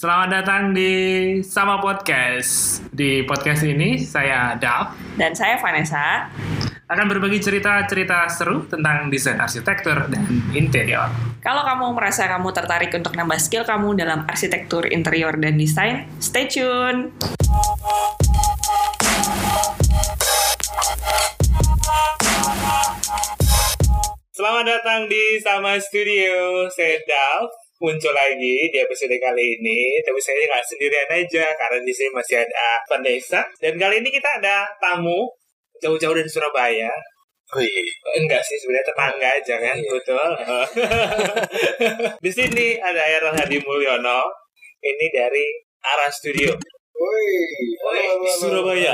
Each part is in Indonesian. Selamat datang di Sama Podcast. Di podcast ini saya Dav Dan saya Vanessa. akan berbagi cerita-cerita seru tentang desain arsitektur dan interior. Kalau kamu merasa kamu tertarik untuk nambah skill kamu dalam arsitektur interior dan desain, stay tune. Selamat datang di Sama Studio. Saya Dav muncul lagi di episode kali ini. Tapi saya nggak sendirian aja karena di sini masih ada Vanessa. Dan kali ini kita ada tamu jauh-jauh dari Surabaya. Oh iya, Enggak sih sebenarnya tetangga aja kan, betul. di sini ada Errol Hadi Mulyono. Ini dari Ara Studio. Woi, Woi, Surabaya. iya.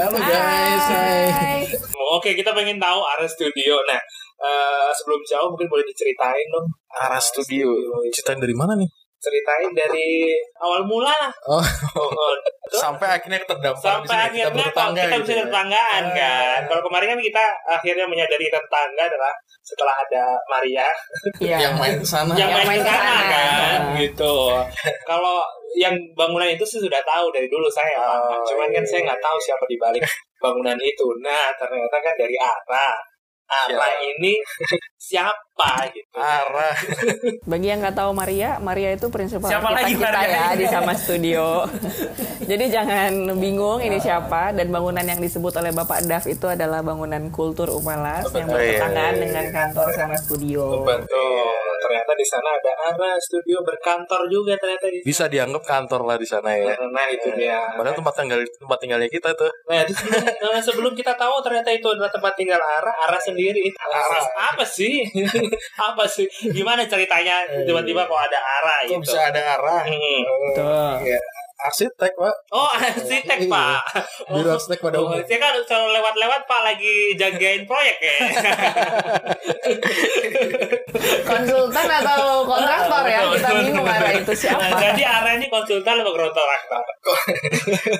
Halo guys, hai. Oh, Oke, kita pengen tahu Ara Studio. Nah, eh, sebelum jauh mungkin boleh diceritain dong Ara Studio. Ceritain dari mana nih? Ceritain dari awal mula lah. Oh, Oh, betul. sampai akhirnya terdampar di sampai sini, akhirnya kita kalau bertetangga kita gitu bisa ya. tetanggaan Ah. kan. Kalau kemarin kan kita akhirnya menyadari tetangga adalah setelah ada Maria Iya. Ah, Yang main ke sana. Ah. yang, main main sana, sana. kan Nah. gitu kalau yang bangunan itu sih sudah tahu dari dulu saya Oh, cuman kan iya, saya nggak tahu siapa di balik bangunan itu nah ternyata kan dari Ara Ara ini siapa gitu Ara. Bagi yang nggak tahu Maria, Maria itu prinsipal Siapa kita, lagi kita Maria? ya di sama studio. Jadi jangan bingung ini siapa dan bangunan yang disebut oleh Bapak Daf itu adalah bangunan kultur Umalas yang Betul. bertentangan Iya, iya, dengan kantor sama studio. betul ternyata di sana ada Ara studio berkantor juga ternyata di Bisa dianggap kantor lah di sana ya. sana nah itu dia Padahal tempat tinggal tempat tinggalnya kita tuh. Nah, itu sebelum, nah, sebelum kita tahu ternyata itu adalah tempat tinggal Ara, Ara sendiri. Ara. Apa sih? apa sih? Gimana ceritanya tiba-tiba kok ada Ara Kok gitu? bisa ada Ara? Hmm. Betul. Ya, arsitek, Pak. Oh, arsitek, Iya. Pak. Biro arsitek pada Oh, umumnya. saya kan selalu lewat-lewat Pak lagi jagain proyek ya. Konsultan atau kontraktor ya kita bingung arah itu Nah, siapa. jadi Ara ini konsultan atau kontraktor?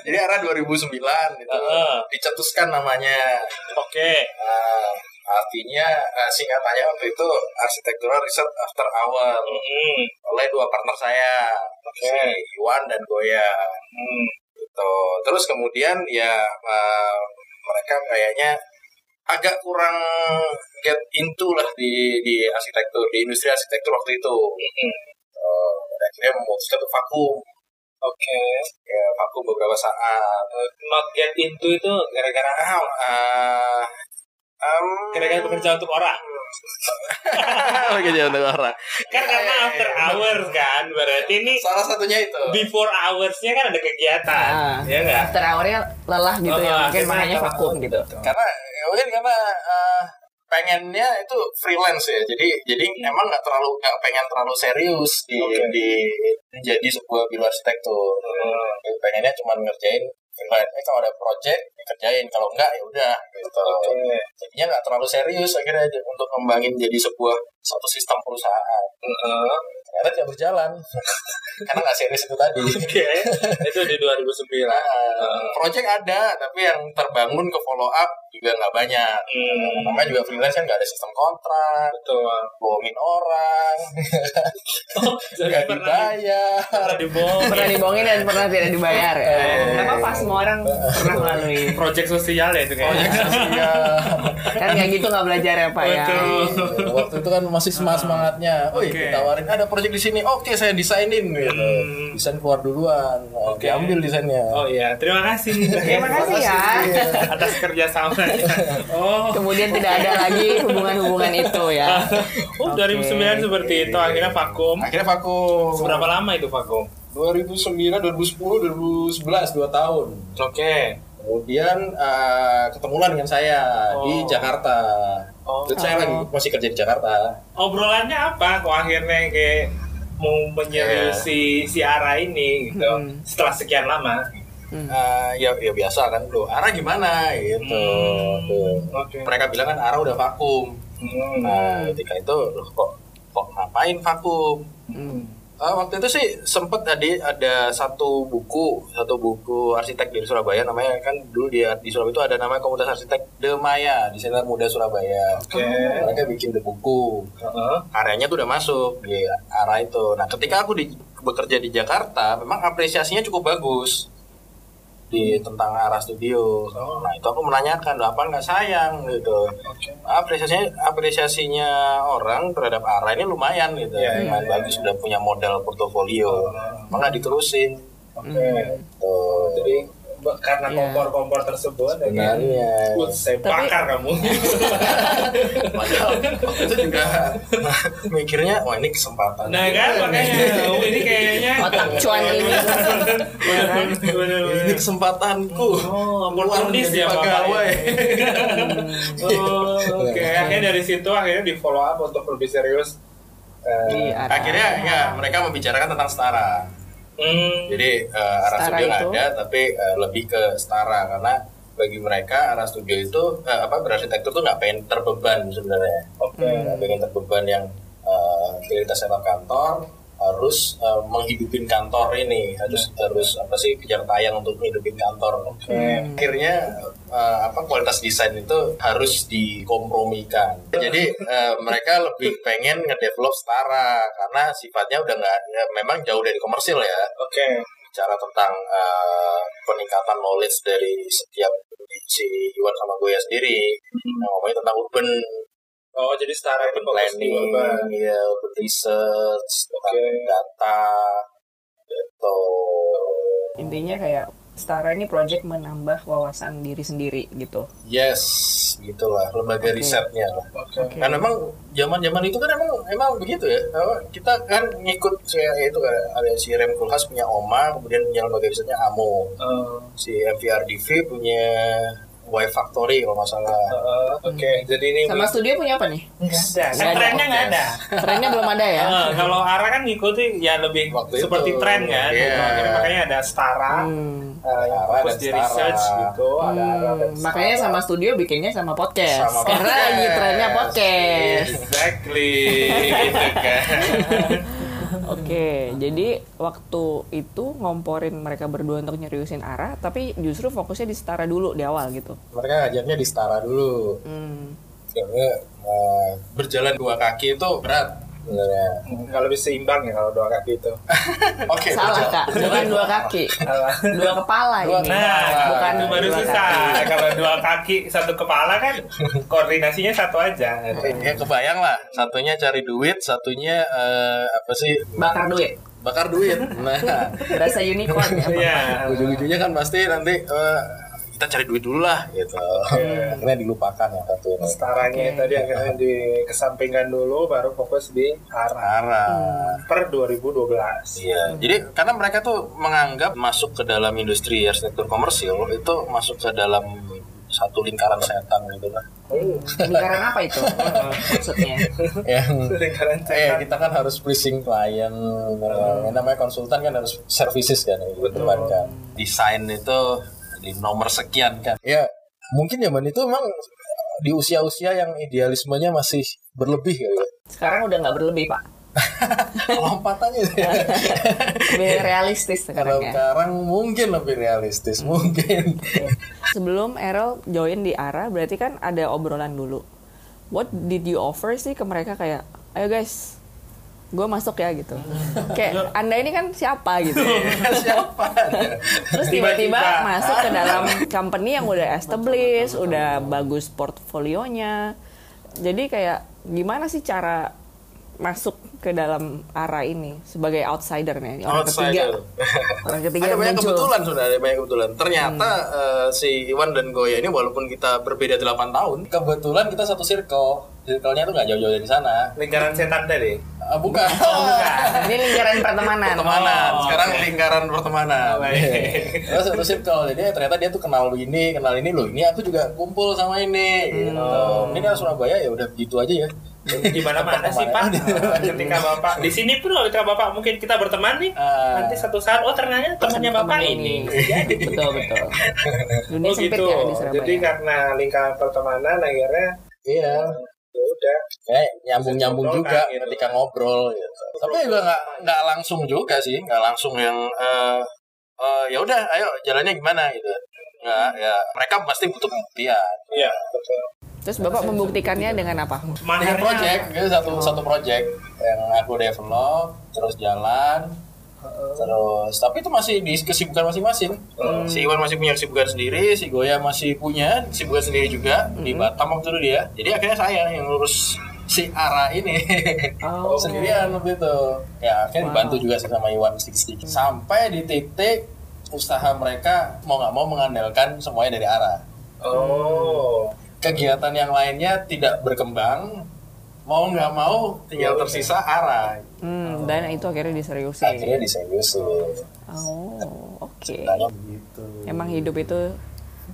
Jadi Ara 2009 itu Heeh. gitu. dicetuskan namanya. Oke. Ah, artinya ah, singkatannya waktu itu arsitektural research after hour. Hmm. oleh dua partner saya si Iwan dan Goya Mm-hmm. gitu terus kemudian ya eh, mereka kayaknya agak kurang get into lah di di arsitektur di industri arsitektur waktu itu Mm-hmm. Eh, dan akhirnya memutuskan untuk vakum Oke. ya, vakum beberapa saat Not get into itu gara-gara Ah, ah, em, gara-gara bekerja untuk orang. bekerja untuk orang kan karena after hours kan berarti ini salah satunya itu before hoursnya kan ada kegiatan Ah. ya nggak Terawalnya lelah Oh, gitu ya mungkin akhirnya makanya lelah. vakum gitu. karena ya mungkin karena eh, pengennya itu freelance ya jadi jadi emang nggak terlalu nggak pengen terlalu serius di Iya. Oke. di jadi sebuah biro arsitektur Jadi Hmm. pengennya cuma ngerjain freelance Eh, kalau ada project dikerjain kalau enggak ya udah gitu jadinya nggak terlalu serius akhirnya aja untuk ngembangin jadi sebuah satu sistem perusahaan Hmm. ternyata tidak berjalan karena nggak serius itu tadi Oke, itu di 2009. Ah. Nah, project ada tapi yang terbangun ke follow up juga nggak banyak Hmm, namanya juga freelance kan nggak ada sistem kontrak betul. bohongin orang Oh, jadi nggak pernah dibayar pernah dibohong. Pernah dibohongin dan pernah tidak dibayar. ya. Nggak apa-apa semua orang pernah melalui. Project sosial ya itu proyek kayaknya. sosial Kan kayak gitu nggak belajar ya Pak ya. Betul. waktu itu kan masih semangat semangatnya Wih, Oke. ditawarin ada proyek di sini oke saya desainin gitu Hmm. desain keluar duluan oke Oke. diambil desainnya Oh iya, terima kasih. Terima kasih ya. Iya, atas kerjasamanya. Oh, Kemudian tidak ada lagi hubungan-hubungan itu ya. Iya. oh 2009 seperti itu akhirnya vakum. akhirnya vakum Berapa lama itu vakum? 2009 2010 2011 2 tahun Oke. kemudian eh, ketemulah dengan saya di Oh. Jakarta Oh. Itu saya lagi masih kerja di Jakarta obrolannya apa kok akhirnya kayak mau menyeriusi si Ara ini gitu Hmm. setelah sekian lama Hmm. Eh, ya, ya biasa kan lo Ara gimana gitu Tuh. Hmm, oke mereka bilang kan Ara udah vakum Hmm. nah ketika itu loh kok kok ngapain vakum Eh, waktu itu sih sempet tadi ada satu buku satu buku arsitek di Surabaya namanya kan dulu di, di Surabaya itu ada namanya komunitas arsitek Demaya Desainer Muda Surabaya Oke. mereka bikin the buku Heeh. karyanya tuh udah masuk di arah itu nah ketika aku di bekerja di Jakarta memang apresiasinya cukup bagus di tentang arah studio. Oh. Nah itu aku menanyakan, "Loh, apa nggak sayang gitu? Apresiasinya apresiasinya orang terhadap arah ini lumayan gitu, Iya, Lumayan iya, Oh. bagus sudah punya modal portofolio, apa nggak diterusin? Gitu. Oke. Tuh, Jadi be- karena Iya. kompor-kompor tersebut ya kan? sebenarnya Wut, saya Tapi- bakar kamu. padahal waktu itu juga mikirnya, wah ini kesempatan. Nah kan Iya. makanya oh, ini kayaknya Otak cuan ini. Ya kan? Iya. ini Bener-bener. kesempatanku Oh, keluar murnis menjadi ya, Bapak, pegawai. Oh, oke. Akhirnya dari situ akhirnya di follow up untuk lebih serius. Di Eh, arah- Akhirnya ya mereka membicarakan tentang setara. Hmm. Jadi eh, arah Setara studio nggak itu? Iya. ada, tapi eh, lebih ke setara karena bagi mereka arah studio itu eh, apa berarsitektur tuh nggak pengen terbeban sebenarnya. Oke. Hmm. Nggak pengen terbeban yang eh, prioritas adalah kantor harus eh, menghidupin kantor ini harus Iya. harus apa sih kejar tayang untuk menghidupin kantor. Akhirnya eh, apa kualitas desain itu harus dikompromikan. Jadi eh, mereka lebih pengen ngedevelop setara karena sifatnya udah nggak ya, memang jauh dari komersil ya Oke. bicara tentang eh, peningkatan knowledge dari setiap si Iwan sama gue ya sendiri Nah, ngomongin tentang urban Oh, jadi setara itu urban fokus di planning Iya. urban. ya urban research tentang Oke. data gitu Intinya kayak Setara ini project menambah wawasan diri sendiri gitu. yes gitulah lembaga risetnya lah Oke. Oke. kan memang zaman zaman itu kan emang emang begitu ya Apa, kita kan ngikut kayak itu kan ada si Rem Koolhaas punya OMA kemudian punya lembaga risetnya AMO Eh, si MVRDV punya Y Factory kalau nggak salah eh, Oke, Hmm. jadi ini Sama Iya. studio punya apa nih? Nggak ada. Kan Nggak ada. trennya nggak ada. Trennya belum ada ya. Eh, kalau Ara kan ngikutin ya lebih Waktu seperti itu. tren kan, Iya. Akhirnya makanya ada setara. Hmm. Eh, yang Setara fokus dan di setara. research gitu. Ada arah dan Hmm, makanya sama studio bikinnya sama podcast. Sama Karena podcast. lagi trennya podcast. Exactly, gitu kan. Oke, jadi waktu itu ngomporin mereka berdua untuk nyeriusin arah, tapi justru fokusnya di setara dulu di awal gitu. mereka ngajarnya di setara dulu Hmm. karena eh, berjalan dua kaki itu berat sebenarnya Nggak lebih seimbang ya kalau dua kaki itu. oke Salah berjalan. kak, bukan dua kaki, dua kepala Dua ini. Nah, bukan itu baru dua susah. kaki. Kalau dua kaki satu kepala kan koordinasinya satu aja. ya kebayang lah satunya cari duit satunya eh, apa sih Bakar duit, bakar duit nah berasa unicorn ya. Pak? Iya. ujung-ujungnya kan pasti nanti eh, kita cari duit dulu lah gitu akhirnya dilupakan yang satu ini Setaranya Oke. tadi akhirnya dikesampingkan dulu baru fokus di arah Hmm. arah per 2012. Iya, jadi karena mereka tuh menganggap masuk ke dalam industri arsitektur komersil itu masuk ke dalam satu lingkaran setan gitu lah. Lingkaran apa itu maksudnya? Yang Lingkaran eh setan. kita kan harus pleasing klien, Hmm. yang namanya konsultan kan harus services kan yang didepankan. Desain itu di nomor sekian kan. Ya, mungkin zaman itu emang di usia-usia yang idealismenya masih berlebih gitu. Sekarang udah nggak berlebih pak, Lompatannya sih. lebih realistis Kalau sekarang ya. sekarang mungkin lebih realistis, mungkin. Sebelum Errol join di ARA, berarti kan ada obrolan dulu. What did you offer sih ke mereka kayak, ayo guys, gue masuk ya gitu. Kayak anda ini kan siapa gitu. Siapa? Terus tiba-tiba Tiba-tiba. masuk ke dalam company yang udah established, udah bagus portfolionya. Jadi kayak gimana sih cara masuk ke dalam arah ini sebagai outsider nih orang Outsider. ketiga orang ketiga ada yang banyak muncul kebetulan sudah ada banyak kebetulan. Ternyata eh, si Iwan dan Goya ini walaupun kita berbeda 8 tahun, kebetulan kita satu circle. Circle-nya tuh nggak jauh-jauh dari sana. Lingkaran setan tadi. Ah, bukan. ini lingkaran pertemanan pertemanan. Oh, Sekarang lingkaran pertemanan. Baik. Terus satu circle. Jadi eh, ternyata dia tuh kenal ini, kenal ini loh. Ini aku juga kumpul sama ini. Gitu. Ini kan Surabaya ya udah begitu aja ya. Di mana mana sih Pak? Ketika Bapak di sini pun ketika Bapak mungkin kita berteman nih. Ah. Nanti satu saat oh ternyata temannya Bapak ini. betul betul dunia Oh, sempit gitu. ya di Surabaya Jadi karena lingkaran pertemanan akhirnya Iya. ya udah kayak nyambung nyambung Ngobrol juga kan, gitu. ketika ngobrol gitu. tapi juga nggak nggak langsung juga sih nggak langsung yang eh, eh, ya udah ayo jalannya gimana gitu nggak ya mereka pasti butuh pembuktian iya betul. terus bapak membuktikannya dengan apa dengan ya, Maharnya Oh. project gitu, satu satu project yang aku develop terus jalan Terus, tapi itu masih di kesibukan masing-masing. Hmm. Si Iwan masih punya kesibukan sendiri, si Goya masih punya kesibukan sendiri juga di Hmm. Batam waktu itu dia. Jadi akhirnya saya yang ngurus si Ara ini Oh, oke. sendirian waktu itu. Ya akhirnya Wow. dibantu juga sih sama Iwan sedikit-sedikit. Sampai di titik usaha mereka mau nggak mau mengandalkan semuanya dari Ara. Oh. Kegiatan yang lainnya tidak berkembang, mau nggak mau tinggal tersisa Ara. Hmm, dan itu akhirnya diseriusin. Akhirnya diseriusin. Oh, oke. Tanya Emang hidup itu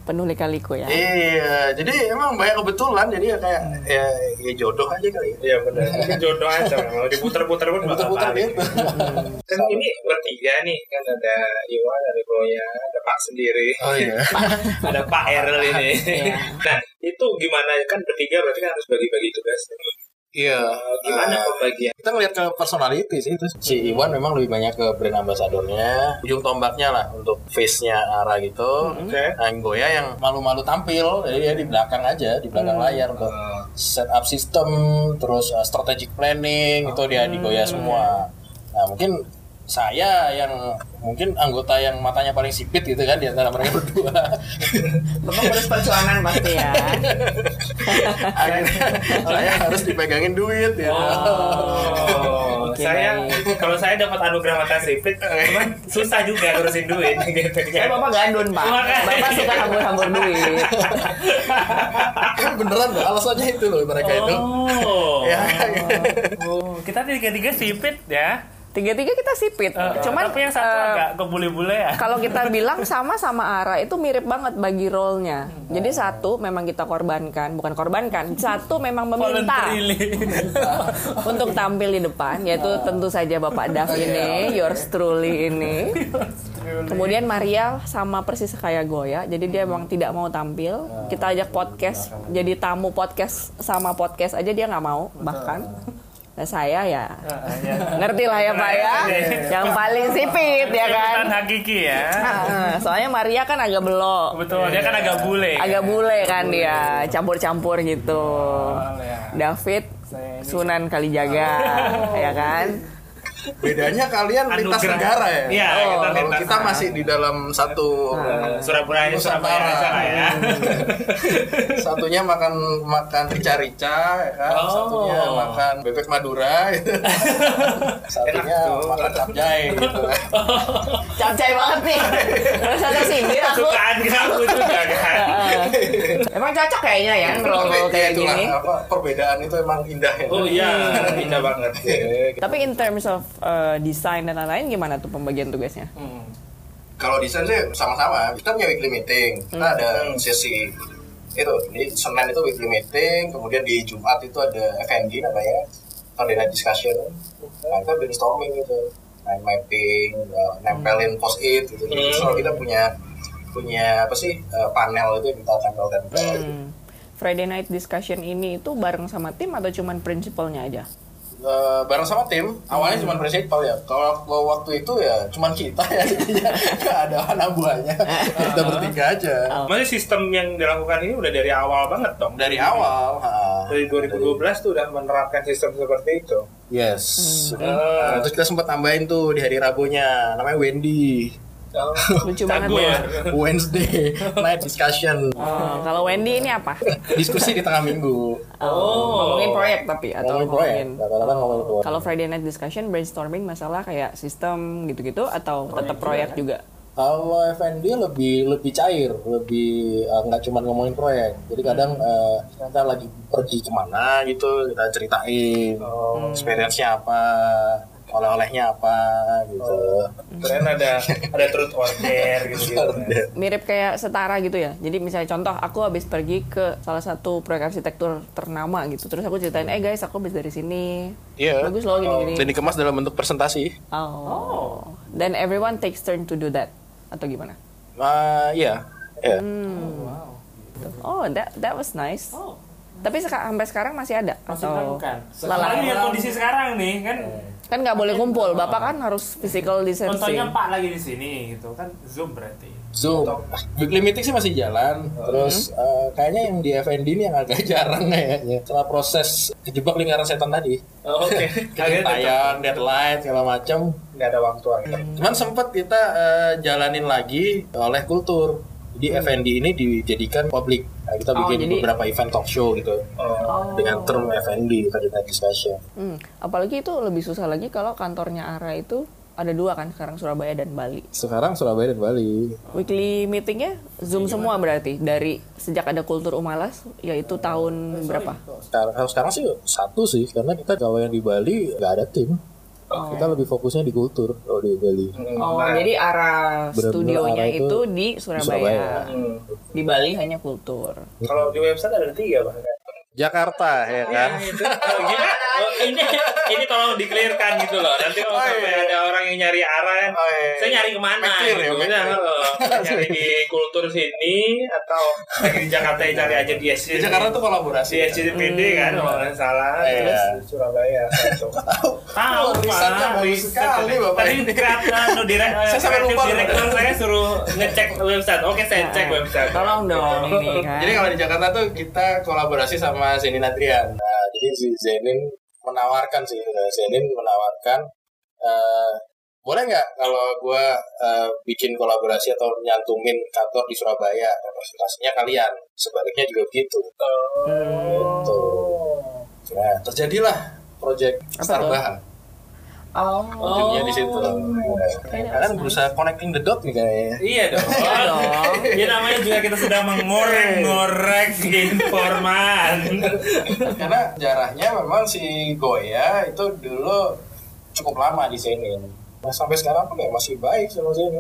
penuh lika-liku ya. Iya, jadi emang banyak kebetulan jadi ya kayak ya, ya jodoh aja kali ya. Iya benar. Mungkin jodoh aja memang diputer-puter pun bakal Putar-putar balik. gitu. Kan ini bertiga nih kan ada Iwan, ada Goya, ada Pak sendiri, Oh iya. ada Pak Errol ini. Iya. nah itu gimana kan bertiga berarti kan harus bagi-bagi tugas. Iya. Gimana eh, pembagian? kita melihat ke personality sih itu. Si Iwan memang lebih banyak ke brand ambassadornya, ujung tombaknya lah untuk face-nya Ara gitu. Hmm, Oke. Nah, yang Goya yang malu-malu tampil, jadi dia di belakang aja, di belakang Hmm. layar untuk setup sistem, terus uh, strategic planning itu dia Hmm. di Goya semua. Nah, mungkin saya yang mungkin anggota yang matanya paling sipit gitu kan di antara mereka berdua. Bapak harus perjuangan pasti ya. Akhirnya saya harus dipegangin duit ya. Oh, Oke, saya baik. kalau saya dapat anugerah mata sipit, cuman susah juga ngurusin duit gitu Saya kan. bapak gandun pak. Makanya. Bapak suka hambur-hambur duit. Tapi kan beneran loh, alasannya itu loh mereka itu. Oh, Ya. Oh, kita tiga-tiga sipit ya. Eh. Tiga-tiga kita sipit. Cuman tapi yang satu eh, agak kebule-bule ya. kalau kita bilang sama sama Ara itu mirip banget bagi role-nya. Jadi satu memang kita korbankan, bukan korbankan. Satu memang meminta untuk tampil di depan yaitu tentu saja Bapak Daf ini, yours truly ini. Kemudian Maria sama persis kayak Goya, jadi dia emang tidak mau tampil. Kita ajak podcast, jadi tamu podcast sama podcast aja dia nggak mau bahkan. Nah saya ya ngerti lah ya Pak ya, yang paling sipit Iya, ya kan. Sipitan hakiki ya. Ah, soalnya Maria kan agak belok, Betul, dia kan agak bule. agak bule kan dia, campur-campur gitu. ya. David Sunan Kalijaga, Oh. ya kan? Bedanya kalian lintas Anugerah. negara ya. Iya, kita Kalau lintas Eh, kita masih di dalam satu Surabaya ini Surabaya Nusantara. aja lah ya. satunya makan makan rica-rica ya kan, Oh. satunya makan bebek Madura gitu. satunya makan capcay gitu kan. Oh, Capcay banget nih, merasa tersindir aku. Sukaan kamu juga kan. Ah. Emang cocok kayaknya ya role ya kayak itulah, gini. apa, perbedaan itu emang indah ya. Oh iya, Hmm. indah banget. ya. Tapi in terms of uh, design dan lain-lain gimana tuh pembagian tugasnya? Hmm. Kalau desain sih sama-sama. Kita punya weekly meeting. Kita ada sesi itu. Jadi Senin itu weekly meeting, kemudian di Jumat itu ada FND namanya, Friday Night Discussion. Nah, kita brainstorming gitu. Mind mapping, uh, nempelin post-it gitu. Jadi selalu kita punya punya apa sih uh, panel itu yang kita tempel-tempel. Hmm. Friday night discussion ini itu bareng sama tim atau cuman principalnya aja? Eh, bareng sama tim awalnya cuma principal ya kalau kalau waktu itu ya cuma kita ya jadinya nggak ada anak buahnya kita bertiga aja Maksudnya sistem yang dilakukan ini udah dari awal banget dong. dari awal ha. Iya. Dari 2012 tuh udah menerapkan sistem seperti itu. yes Hmm. Nah, terus kita sempat tambahin tuh di hari Rabunya namanya Wendy Lucu banget Jago ya. ya. Wednesday night discussion Oh, kalau Wendy ini apa? diskusi di tengah minggu Oh. Ngomongin proyek tapi atau ngomongin proyek ngomongin- rata-rata ngomongin proyek Kalau Friday night discussion brainstorming masalah kayak sistem gitu-gitu atau tetap proyek Oh, iya juga. Kalau FND lebih lebih cair, lebih eh, nggak cuma ngomongin proyek. Jadi Hmm. kadang eh, kita lagi pergi kemana gitu, kita ceritain Oh. experience-nya apa, oleh-olehnya apa gitu. Keren ada ada truth or dare gitu. -gitu. Mirip kayak setara gitu ya. Jadi misalnya contoh aku habis pergi ke salah satu proyek arsitektur ternama gitu. Terus aku ceritain, "Eh guys, aku habis dari sini." Iya. Bagus loh gini-gini. Dan dikemas dalam bentuk presentasi. Oh. Then everyone takes turn to do that atau gimana? Hmm. Ah iya. Iya. Gitu. Oh, that that was nice. Tapi seka- sampai sekarang masih kan ada Masih atau dilakukan. Apalagi Malah- dengan kondisi sekarang nih kan kan nggak boleh kumpul. Bapak kan harus physical Contohnya distancing. Pak lagi di sini gitu kan Zoom berarti. Zoom. Weekly meeting sih masih jalan. Terus eh, kayaknya yang di FND ini yang agak jarang kayaknya. Setelah proses kejebak lingkaran setan tadi. Oh, oke Kalian tetap- Kecintayan, deadline, segala macam. nggak ada waktu akhirnya. Cuman sempat kita eh, jalanin lagi oleh kultur. Jadi Hmm. FND ini dijadikan publik. Nah, kita Oh, bikin jadi- beberapa event talk show gitu Oh. dengan term FND terkait discussion. Hmm, Apalagi itu lebih susah lagi kalau kantornya Ara itu ada dua kan sekarang Surabaya dan Bali. Sekarang Surabaya dan Bali. Weekly meetingnya Zoom semua berarti dari sejak ada kultur Umalas yaitu tahun berapa? Sekarang, kalau sekarang sih satu sih karena kita kalau yang di Bali nggak ada tim. Kita lebih fokusnya di kultur kalau di Bali. Hmm. Oh, Nah, jadi arah Benar-benar studionya arah itu itu, di Surabaya. Surabaya. Di Bali hanya kultur. hmm. Kalau di website ada tiga bahkan. Jakarta ya kan. Oh, gimana? Oh, ini ini tolong dikelirkan gitu loh nanti kalau Oh, sampai iya. ada orang yang nyari arah kan, Oh, iya. saya nyari kemana Make clear ya, gitu. make Nah, clear. oh, saya nyari di kultur sini atau lagi di Jakarta ya cari aja di SC Di Jakarta tuh kolaborasi. ya. di Iya, SCPD Hmm. kan kalau nggak salah Iya. terus Di Surabaya gitu. satu. tahu Wah, risetnya Pak, bagus riset. sekali, Bapak tadi ini. kreatif no, direk- Saya sampai kreatif lupa. direktur saya suruh ngecek website oke saya cek Nah, website Tolong dong ini kan. Jadi kalau di Jakarta tuh kita kolaborasi sama Zenin Adrian. Nah, jadi si Zenin menawarkan sih, eh, Zenin menawarkan eh, boleh nggak kalau gue bikin kolaborasi atau nyantumin kantor di Surabaya representasinya kalian. Sebaliknya juga gitu. Gitu. Nah, terjadilah proyek Apa Starbaha. Oh. Ujungnya di situ. Nah, Kalian berusaha connecting the dot nih kayaknya. Iya dong. Iya dong. Ya namanya juga kita sedang mengorek-ngorek informan. karena sejarahnya memang si Goya itu dulu cukup lama di sini. Nah, sampai sekarang pun ya masih baik sama sini.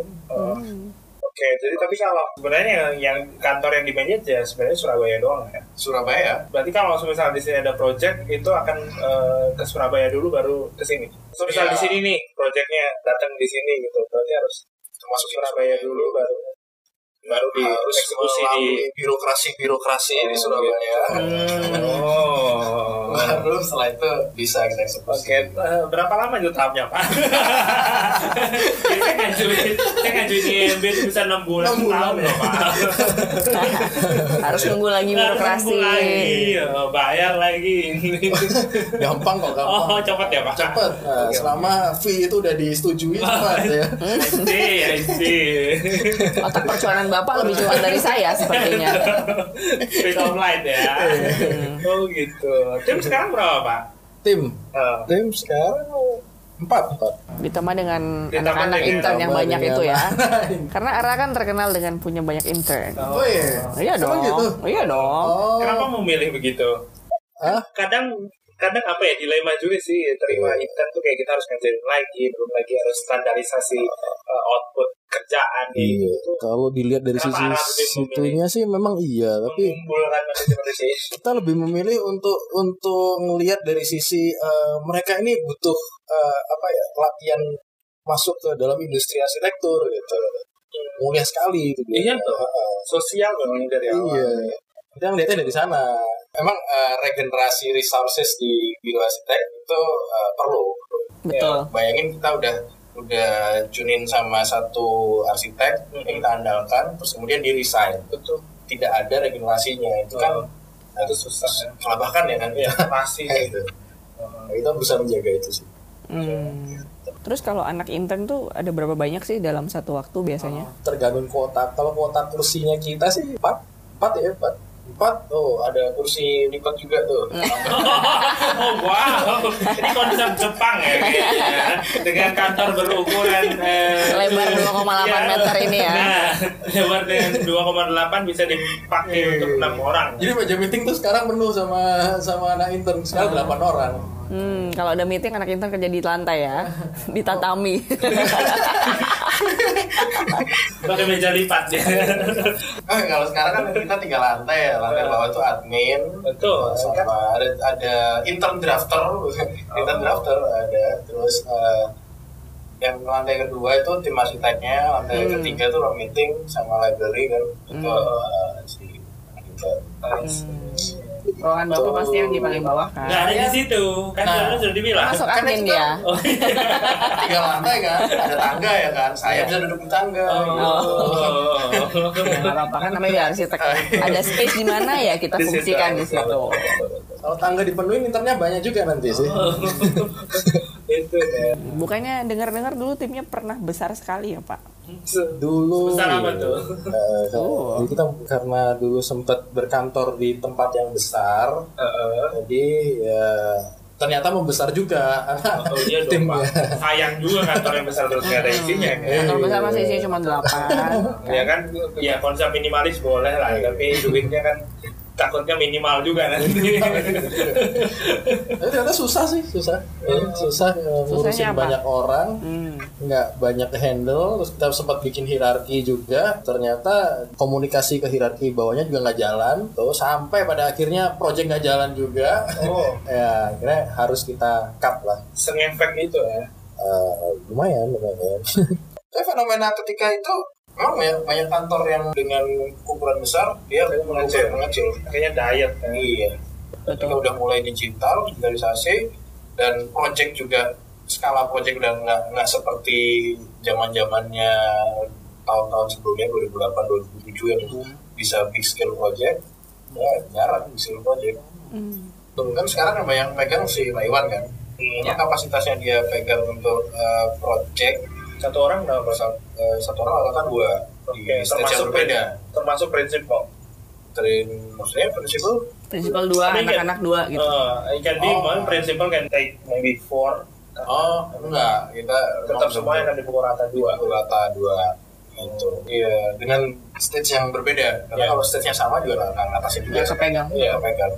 Oke, jadi tapi kalau sebenarnya yang, yang kantor yang di manage ya sebenarnya Surabaya doang ya. Surabaya. Berarti kalau misal di sini ada project itu akan eh, ke Surabaya dulu baru ke sini. So, misal Iya. di sini nih projectnya datang di sini gitu, berarti harus masuk Surabaya dulu baru baru di harus eksekusi di melalui birokrasi-birokrasi di Surabaya. Hmm. Oh. Baru setelah itu bisa kita eksekusi. Oke, eh, berapa lama itu tahapnya Pak? Kita ngajuin, kita ngajuin IMB itu bisa 6 bulan, Enam bulan setahun ya, loh, Pak. Harus nunggu lagi Harus birokrasi. nunggu lagi, eh, bayar lagi. Gampang kok, gampang. Oh, cepet ya, Pak? Cepet. Nah, selama fee itu udah disetujui cepat ya. I see, I see. Otak percuanan Bapak lebih cuan dari saya sepertinya. Speed online ya. Oh gitu. Tim sekarang berapa, Pak? Tim, Eh, tim sekarang empat, empat. Ditambah dengan Ditambah anak-anak dengan- intern yang Ditambah banyak dengan- itu ya. Karena Ara kan terkenal dengan punya banyak intern. Oh, iya. Iya Emang dong. gitu? Iya dong. Oh. Kenapa memilih begitu? Hah? Kadang kadang apa ya dilema juga sih terima intern tuh kayak kita harus ngajarin lagi belum lagi harus standarisasi eh, output kerjaan Iya, gitu kalau dilihat dari Kenapa sisi Arab lebih memilih? situnya sih memang iya, tapi menimbulkan manajemen risiko. kita lebih memilih untuk untuk ngelihat dari sisi eh, mereka ini butuh eh, apa ya pelatihan masuk ke dalam industri arsitektur gitu. Mulia sekali gitu. Iya, Eh, tuh. eh, sosial memang dari awal Iya. Kita ngelihatnya dari sana. Emang eh, regenerasi resources di bioarsitek itu eh, perlu. iya. Betul. bayangin kita udah udah cunin sama satu arsitek yang kita andalkan terus kemudian dia resign itu tidak ada regulasinya itu kan itu susah kelabakan ya kan Iya, ya pasti gitu. itu Nah, kita bisa menjaga itu sih Hmm. Terus kalau anak intern tuh ada berapa banyak sih dalam satu waktu biasanya? Ya, tergantung kuota kalau kuota kursinya kita sih empat empat ya empat empat oh ada kursi lipat juga tuh oh wow ini konsep Jepang ya kayaknya. dengan kantor berukuran eh, Lebar 2,8 ya. meter ini ya. nah lebar dengan 2,8 bisa dipakai Iya. untuk enam orang jadi meja meeting tuh sekarang penuh sama sama anak intern sekarang delapan orang Hmm, kalau ada meeting anak intern kerja di lantai ya, di tatami. pakai meja lipat ya Oh, kalau sekarang kan kita tiga lantai ya. Lantai bawah itu admin. Betul. Sama ada ada intern drafter, intern drafter ada. Terus eh, yang lantai kedua itu tim arsiteknya, lantai ketiga itu ruang meeting sama library kan. Itu eh, si kita. Ruangan bapak pasti yang di paling bawah kan. Nggak Hmm. Nah, ada di situ. Kan Nah. nah. sudah dibilang. Masuk ya? Kan angin itu dia. Oh, tiga lantai kan ada tangga ya kan saya bisa duduk di tangga gitu. oh. Ya, nggak apa-apa kan namanya dia arsitek. Ada space di mana ya kita Di situ, fungsikan di situ. Kalau tangga dipenuhi internet banyak juga nanti sih. Itu deh. Bukannya dengar-dengar dulu timnya pernah besar sekali ya Pak? Dulu. Besar apa tuh? Eh, Oh. Jadi kita karena dulu sempat berkantor di tempat yang besar, jadi ya ternyata membesar juga. Oh iya dong Timnya. Pak. Sayang juga kantor yang besar terus nggak ada isinya kan. Kantor besar masih isinya cuma delapan. Ya kan, ya konsep minimalis boleh lah, tapi duitnya kan takutnya minimal juga kan. nanti. Tapi Ya, ternyata susah sih, susah, Oh. Eh, susah eh, ngurusin apa? banyak orang, Hmm. nggak banyak handle. Terus kita sempat bikin hierarki juga. Ternyata komunikasi ke hierarki bawahnya juga nggak jalan. Terus sampai pada akhirnya project nggak jalan juga. Oh, ya, akhirnya harus kita cut lah. sengefek itu ya. Eh, lumayan, lumayan. tapi fenomena ketika itu memang banyak, banyak kantor yang dengan ukuran besar dia Iya, mengecil mengecil Kayaknya diet kan. iya ketika udah mulai digital digitalisasi dan project juga skala project udah nggak nggak seperti zaman zamannya tahun-tahun sebelumnya 2008 2007 yang Hmm. bisa big scale project ya jarang big scale project Hmm. Tuh, kan sekarang yang pegang si Taiwan kan Iya. Ini kapasitasnya dia pegang untuk eh, project Satu orang berapa Terus, eh, satu orang atau dua Iya, di Oke, termasuk stasiun berbeda termasuk prinsip kok. dari maksudnya prinsip lu Prinsipal dua, Tapi kan- anak-anak dua gitu. Eh, it can be Oh. one principle can take maybe four. oh enggak kita Tetap semuanya akan dipukul rata dua. Oh. dua rata dua gitu iya dengan stage yang berbeda karena Iya. kalau stage nya sama juga nggak nggak ngatasin juga Nggak kepegang. iya pegang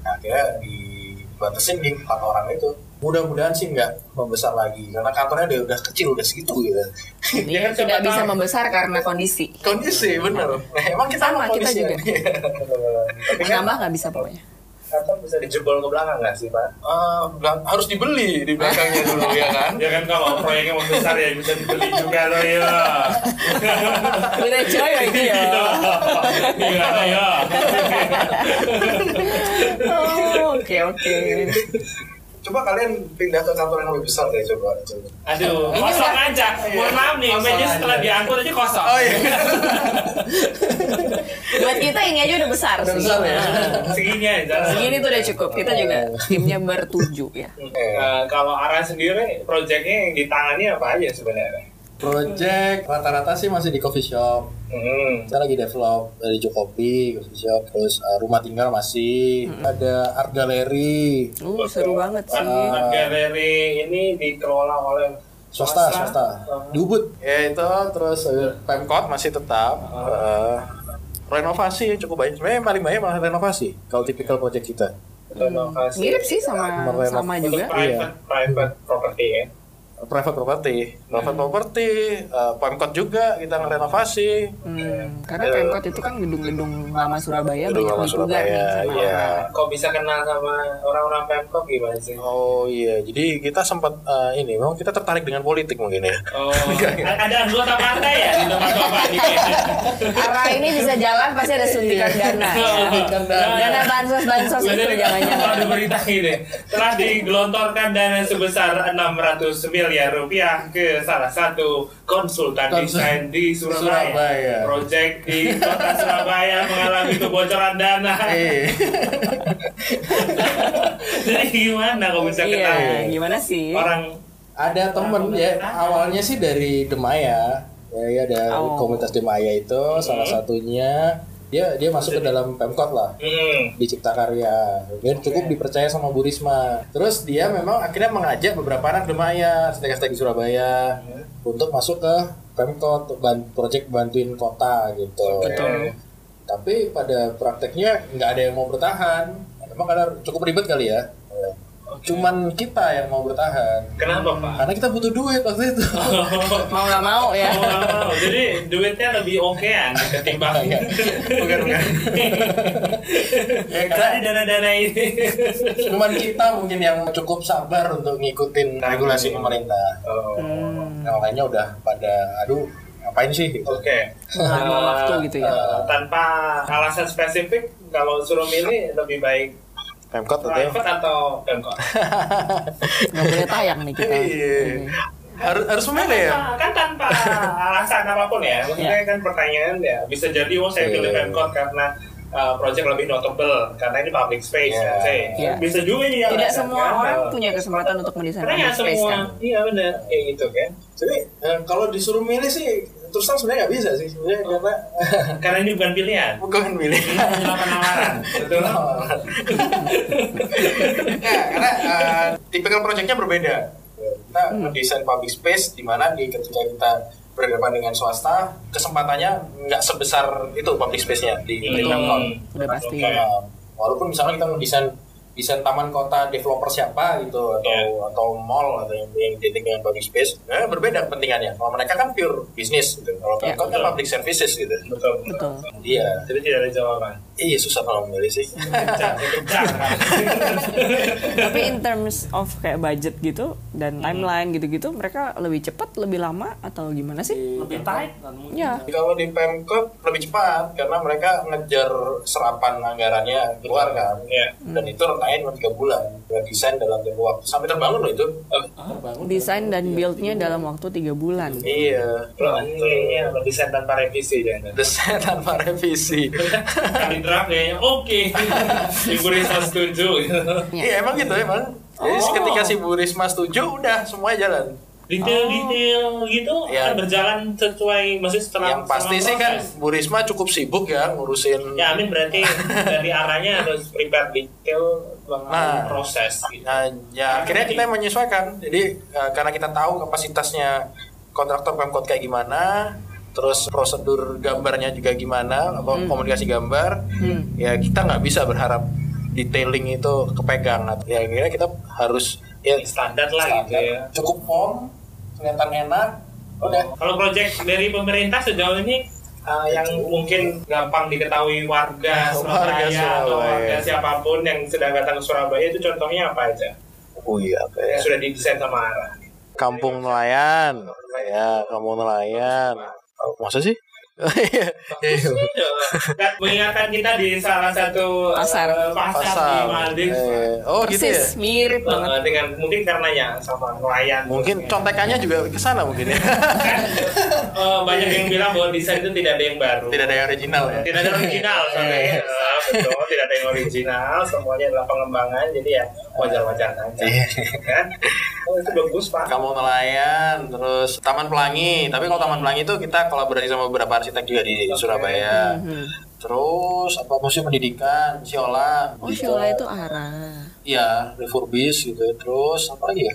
nah, akhirnya dibatasin di empat orang itu mudah-mudahan sih nggak membesar lagi karena kantornya udah, udah kecil udah segitu gitu Ya Dia kan tidak siapa bisa tahu. membesar karena kondisi. kondisi bener Nah, emang kita Iya. Sama, kita kondisi juga. Tapi kan Nambah nggak bisa pokoknya. kantor bisa dijebol ke belakang nggak sih Pak? Ah, belang- harus dibeli di belakangnya dulu ya kan Ya kan kalau proyeknya mau besar ya bisa dibeli juga loh ya. Udah coy lagi ya. Iya ya. Oh, Oke oke. Coba kalian pindah ke kantor yang lebih besar deh coba. coba. Aduh, kosong aja. Mohon maaf nih, Kosong meja aja. setelah diangkut aja kosong. Buat kita ini aja udah besar ya. Oh. sih. Segini aja. Segini tuh udah cukup. Kita juga timnya bertujuh ya. Hmm. Nah. Eh, kalau Ara sendiri proyeknya yang ditangani apa aja sebenarnya? Project rata-rata sih masih di coffee shop. Hmm. Kita lagi develop dari Jokopi, coffee shop, terus uh, rumah tinggal masih. Ada art gallery Uh, seru banget sih. Art Gallery Kan ini dikelola oleh swasta, Swasta. swasta. Hmm. Di Ubud. Ya itu terus uh, Pemkot masih tetap. Hmm. Uh, renovasi cukup banyak. Sebenarnya yang paling banyak malah renovasi kalau tipikal project kita. renovasi Hmm. Mirip sih sama Merlena. sama untuk juga. private private property ya. Private property, private Hmm. property, uh, Pemkot juga kita ngerenovasi. Hmm, karena Pemkot itu kan gedung-gedung lama Surabaya Gedung banyak lama dipugar nih Surabaya, sama iya. orang. Nah, Kok bisa kenal sama orang-orang Pemkot gimana sih? Oh iya, jadi kita sempat eh, ini, memang kita tertarik dengan politik mungkin ya. Oh, a- ada anggota partai ya di tempat bapak ini. Ara ini bisa jalan pasti ada suntikan dana ya. Dana bansos bansos Iya. itu Kalau ada jangan-jangan. berita gini, telah digelontorkan dana sebesar 600 miliar rupiah ke salah satu konsultan desain di Surabaya. Surabaya. Proyek di kota Surabaya mengalami kebocoran dana. Eh. Jadi gimana kalau bisa Iya, kenal gimana sih? orang Ada temen ya, awalnya sih dari Demaya, ya, ya, ada Oh. komunitas Demaya itu salah satunya dia dia masuk ke dalam pemkot lah hmm, di Cipta Karya dan cukup dipercaya sama Bu Risma terus dia memang akhirnya mengajak beberapa anak Demaya arsitek-arsitek di Surabaya untuk masuk ke Pemkot untuk ban- project bantuin kota gitu Betul. tapi pada prakteknya nggak ada yang mau bertahan emang karena cukup ribet kali ya cuman kita yang mau bertahan kenapa Pak? karena kita butuh duit waktu itu Mau nggak mau ya. Iya. Oh, wow. jadi duitnya lebih okean ketimbang bukan bukan ya dari dana-dana ini cuman kita mungkin yang cukup sabar untuk ngikutin regulasi pemerintah oh, Hmm. yang lainnya udah pada aduh ngapain sih gitu oke Nggak mau waktu gitu ya. Eh, tanpa alasan spesifik kalau suruh milih lebih baik Pemkot atau private atau pemkot? nggak boleh tayang nih kita Iya. Ini. harus harus memilih ya Nah, kan tanpa alasan apapun ya. Maksudnya kan pertanyaan ya bisa jadi oh saya pilih Iya. pemkot karena uh, project lebih notable karena ini public space Iya. kan saya. Iya. Bisa juga ya. alasan, tidak semua kan? orang Kalau- punya kesempatan untuk mendesain Karena ya public space semua, kan iya benar kayak gitu kan. Jadi eh, kalau disuruh milih sih terus terang sebenarnya nggak bisa sih sebenarnya karena Karena ini bukan pilihan. bukan milih. Ini cuma penawaran. Betul. ya karena eh, tipikal projectnya berbeda Kita mendesain Nah, public space di mana di ketika kita berhadapan dengan swasta kesempatannya nggak sebesar itu public space-nya di Hmm. di Betul. Pemkot. udah pasti Kayak, Iya. walaupun misalnya kita mendesain desain taman kota developer siapa gitu atau Iya. atau mall atau yang yang identik dengan public space nah, berbeda kepentingannya kalau mereka kan pure bisnis gitu kalau Iya. Pemkot kan public services gitu Betul. betul iya Jadi tidak ada jawaban. iya susah kalau milih sih Kencang, kencang. tapi in terms of kayak budget gitu dan timeline gitu-gitu mereka lebih cepat lebih lama atau gimana sih lebih tight kan mungkin ya Kalau di Pemkot lebih cepat karena mereka ngejar serapan anggarannya keluar kan. Iya. Dan itu rentangnya cuma 3 bulan. Udah desain dalam jangka waktu sampai terbangun loh itu. Oh. desain dan buildnya dalam waktu tiga bulan Iya. Loh, ini kayaknya lebih sen tanpa revisi jangan. Desain tanpa revisi. Kali draft kayaknya oke. Ibu Risa setuju. Iya emang gitu emang. Jadi Oh. ketika si Bu Risma setuju udah semuanya jalan. Detail-detail gitu akan Iya. berjalan sesuai masih setelah Yang pasti selama sih kan proses. Bu Risma cukup sibuk ya ngurusin Ya Amin berarti dari arahnya harus prepare detail mengenai Nah. proses gitu. Nah, ya akhirnya kita menyesuaikan. Jadi eh, karena kita tahu kapasitasnya kontraktor pemkot kayak gimana, terus prosedur gambarnya juga gimana, apa komunikasi gambar, ya kita nggak bisa berharap detailing itu kepegang. Nah, Ya akhirnya kita harus ya Standar lah gitu ya. cukup form, kelihatan enak, udah. Kalau project dari pemerintah sejauh ini uh, yang mungkin gampang diketahui warga Surabaya, Warga atau Surabaya. warga siapapun yang sedang datang ke Surabaya itu contohnya apa aja Oh iya, apa ya? yang sudah didesain sama Ara? Kampung nelayan, ya kampung nelayan. Oh, masa sih? Iya. Dan Ya, mengingatkan kita di salah satu uh, Pasar. pasar, di Pasar. Maldives Eh, oh gitu ya. persis mirip banget Uh, dengan mungkin karenanya sama nelayan Mungkin contekannya juga ke sana mungkin ya. Kan, uh, banyak yang bilang bahwa desain itu tidak ada yang baru Tidak ada yang original ya. tidak ada original Iya. soalnya Ah, betul tidak ada yang original semuanya adalah pengembangan jadi ya wajar wajar aja Iya. kan oh itu bagus pak Kamu nelayan, terus Taman Pelangi. Tapi kalau Taman Pelangi itu kita kolaborasi sama beberapa arsitek juga di Surabaya. Mhm. Terus apa museum pendidikan, Siola. oh Shola itu arah Iya, refurbish gitu. Terus apa lagi ya?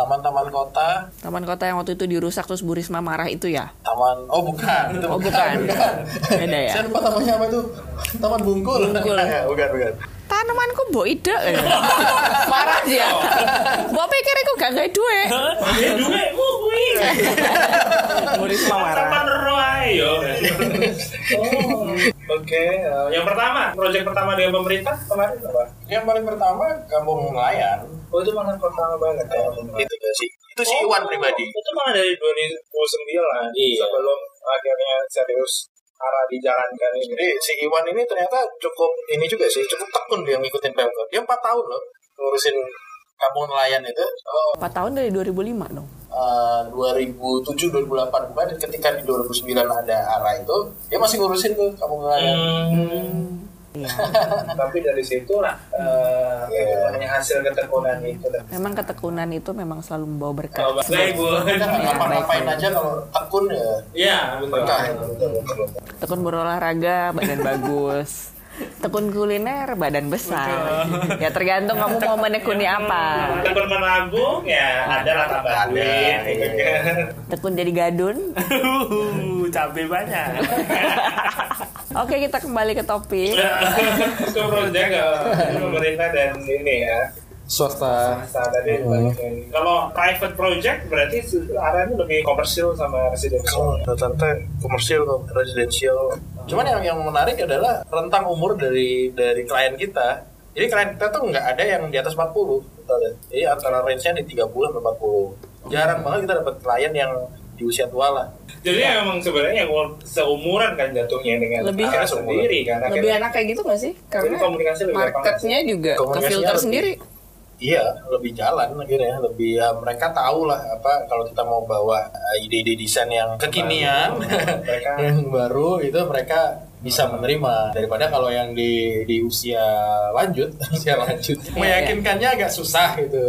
Taman-taman kota, taman kota yang waktu itu dirusak terus Bu Risma marah itu ya taman oh bukan, itu oh bukan beda ya Saya lupa tamannya apa itu? Taman Bungkul. Bungkul. bukan, bukan. tanamanku mbok ide marah dia mbok pikir aku gak gawe duit ya duwe uh kuwi Bu Risma marah sampan ero ae yo Oh, oke eh, yang pertama proyek pertama dengan pemerintah kemarin apa Yang paling pertama kampung nelayan. oh itu malah pertama banget ya Itu sih. Itu si Iwan pribadi. Oh, itu malah dari 2009 Iya. sebelum akhirnya serius arah dijalankan ini Jadi si Iwan ini ternyata cukup ini juga sih, cukup tekun dia ngikutin Pemkot. Dia 4 tahun loh ngurusin kampung nelayan itu. Oh, 4 tahun dari 2005 dong eh, 2007 2008 kemarin ketika di 2009 ada arah itu, dia masih ngurusin tuh kampung nelayan. Iya. tapi dari situ lah eh, Iya. namanya hasil ketekunan itu lah. memang ketekunan itu memang selalu membawa berkah Kalau bahasa Nah, ibu, Kita nggak ngapa-ngapain aja kalau tekun ya ya betul. berkah itu. tekun berolahraga badan bagus tekun kuliner badan besar ya tergantung kamu mau menekuni apa Tekun menabung ya ada lah tambahan Ada, duit gitu iya. kan. tekun jadi gadun Uhuh, cabai banyak oke kita kembali ke topik iya. Itu proyek eh, pemerintah dan ini ya. Swasta. Nah, tadi Hmm. bagian- kalau private project berarti arahnya lebih komersil sama residential. rata-rata komersial residensial. Cuman yang yang menarik adalah rentang umur dari dari klien kita. Jadi klien kita tuh nggak ada yang di atas 40. betul ya. Jadi antara range-nya di 30 sampai 40. Jarang banget kita dapat klien yang di di usia tua lah. Jadi Iya. emang sebenarnya yang seumuran kan jatuhnya dengan Lebih. kita sendiri kan? karena lebih enak kayak gitu gak sih? Karena Jadi komunikasi lebih gampang. marketnya juga ke Komunikasinya filter lebih- sendiri. Iya, lebih jalan akhirnya, lebih ya, mereka tahu lah apa kalau kita mau bawa eh, ide-ide desain yang kekinian, mereka Kan. yang baru itu mereka bisa Ah. menerima daripada kalau yang di di usia lanjut, usia lanjut Iya, meyakinkannya agak susah gitu.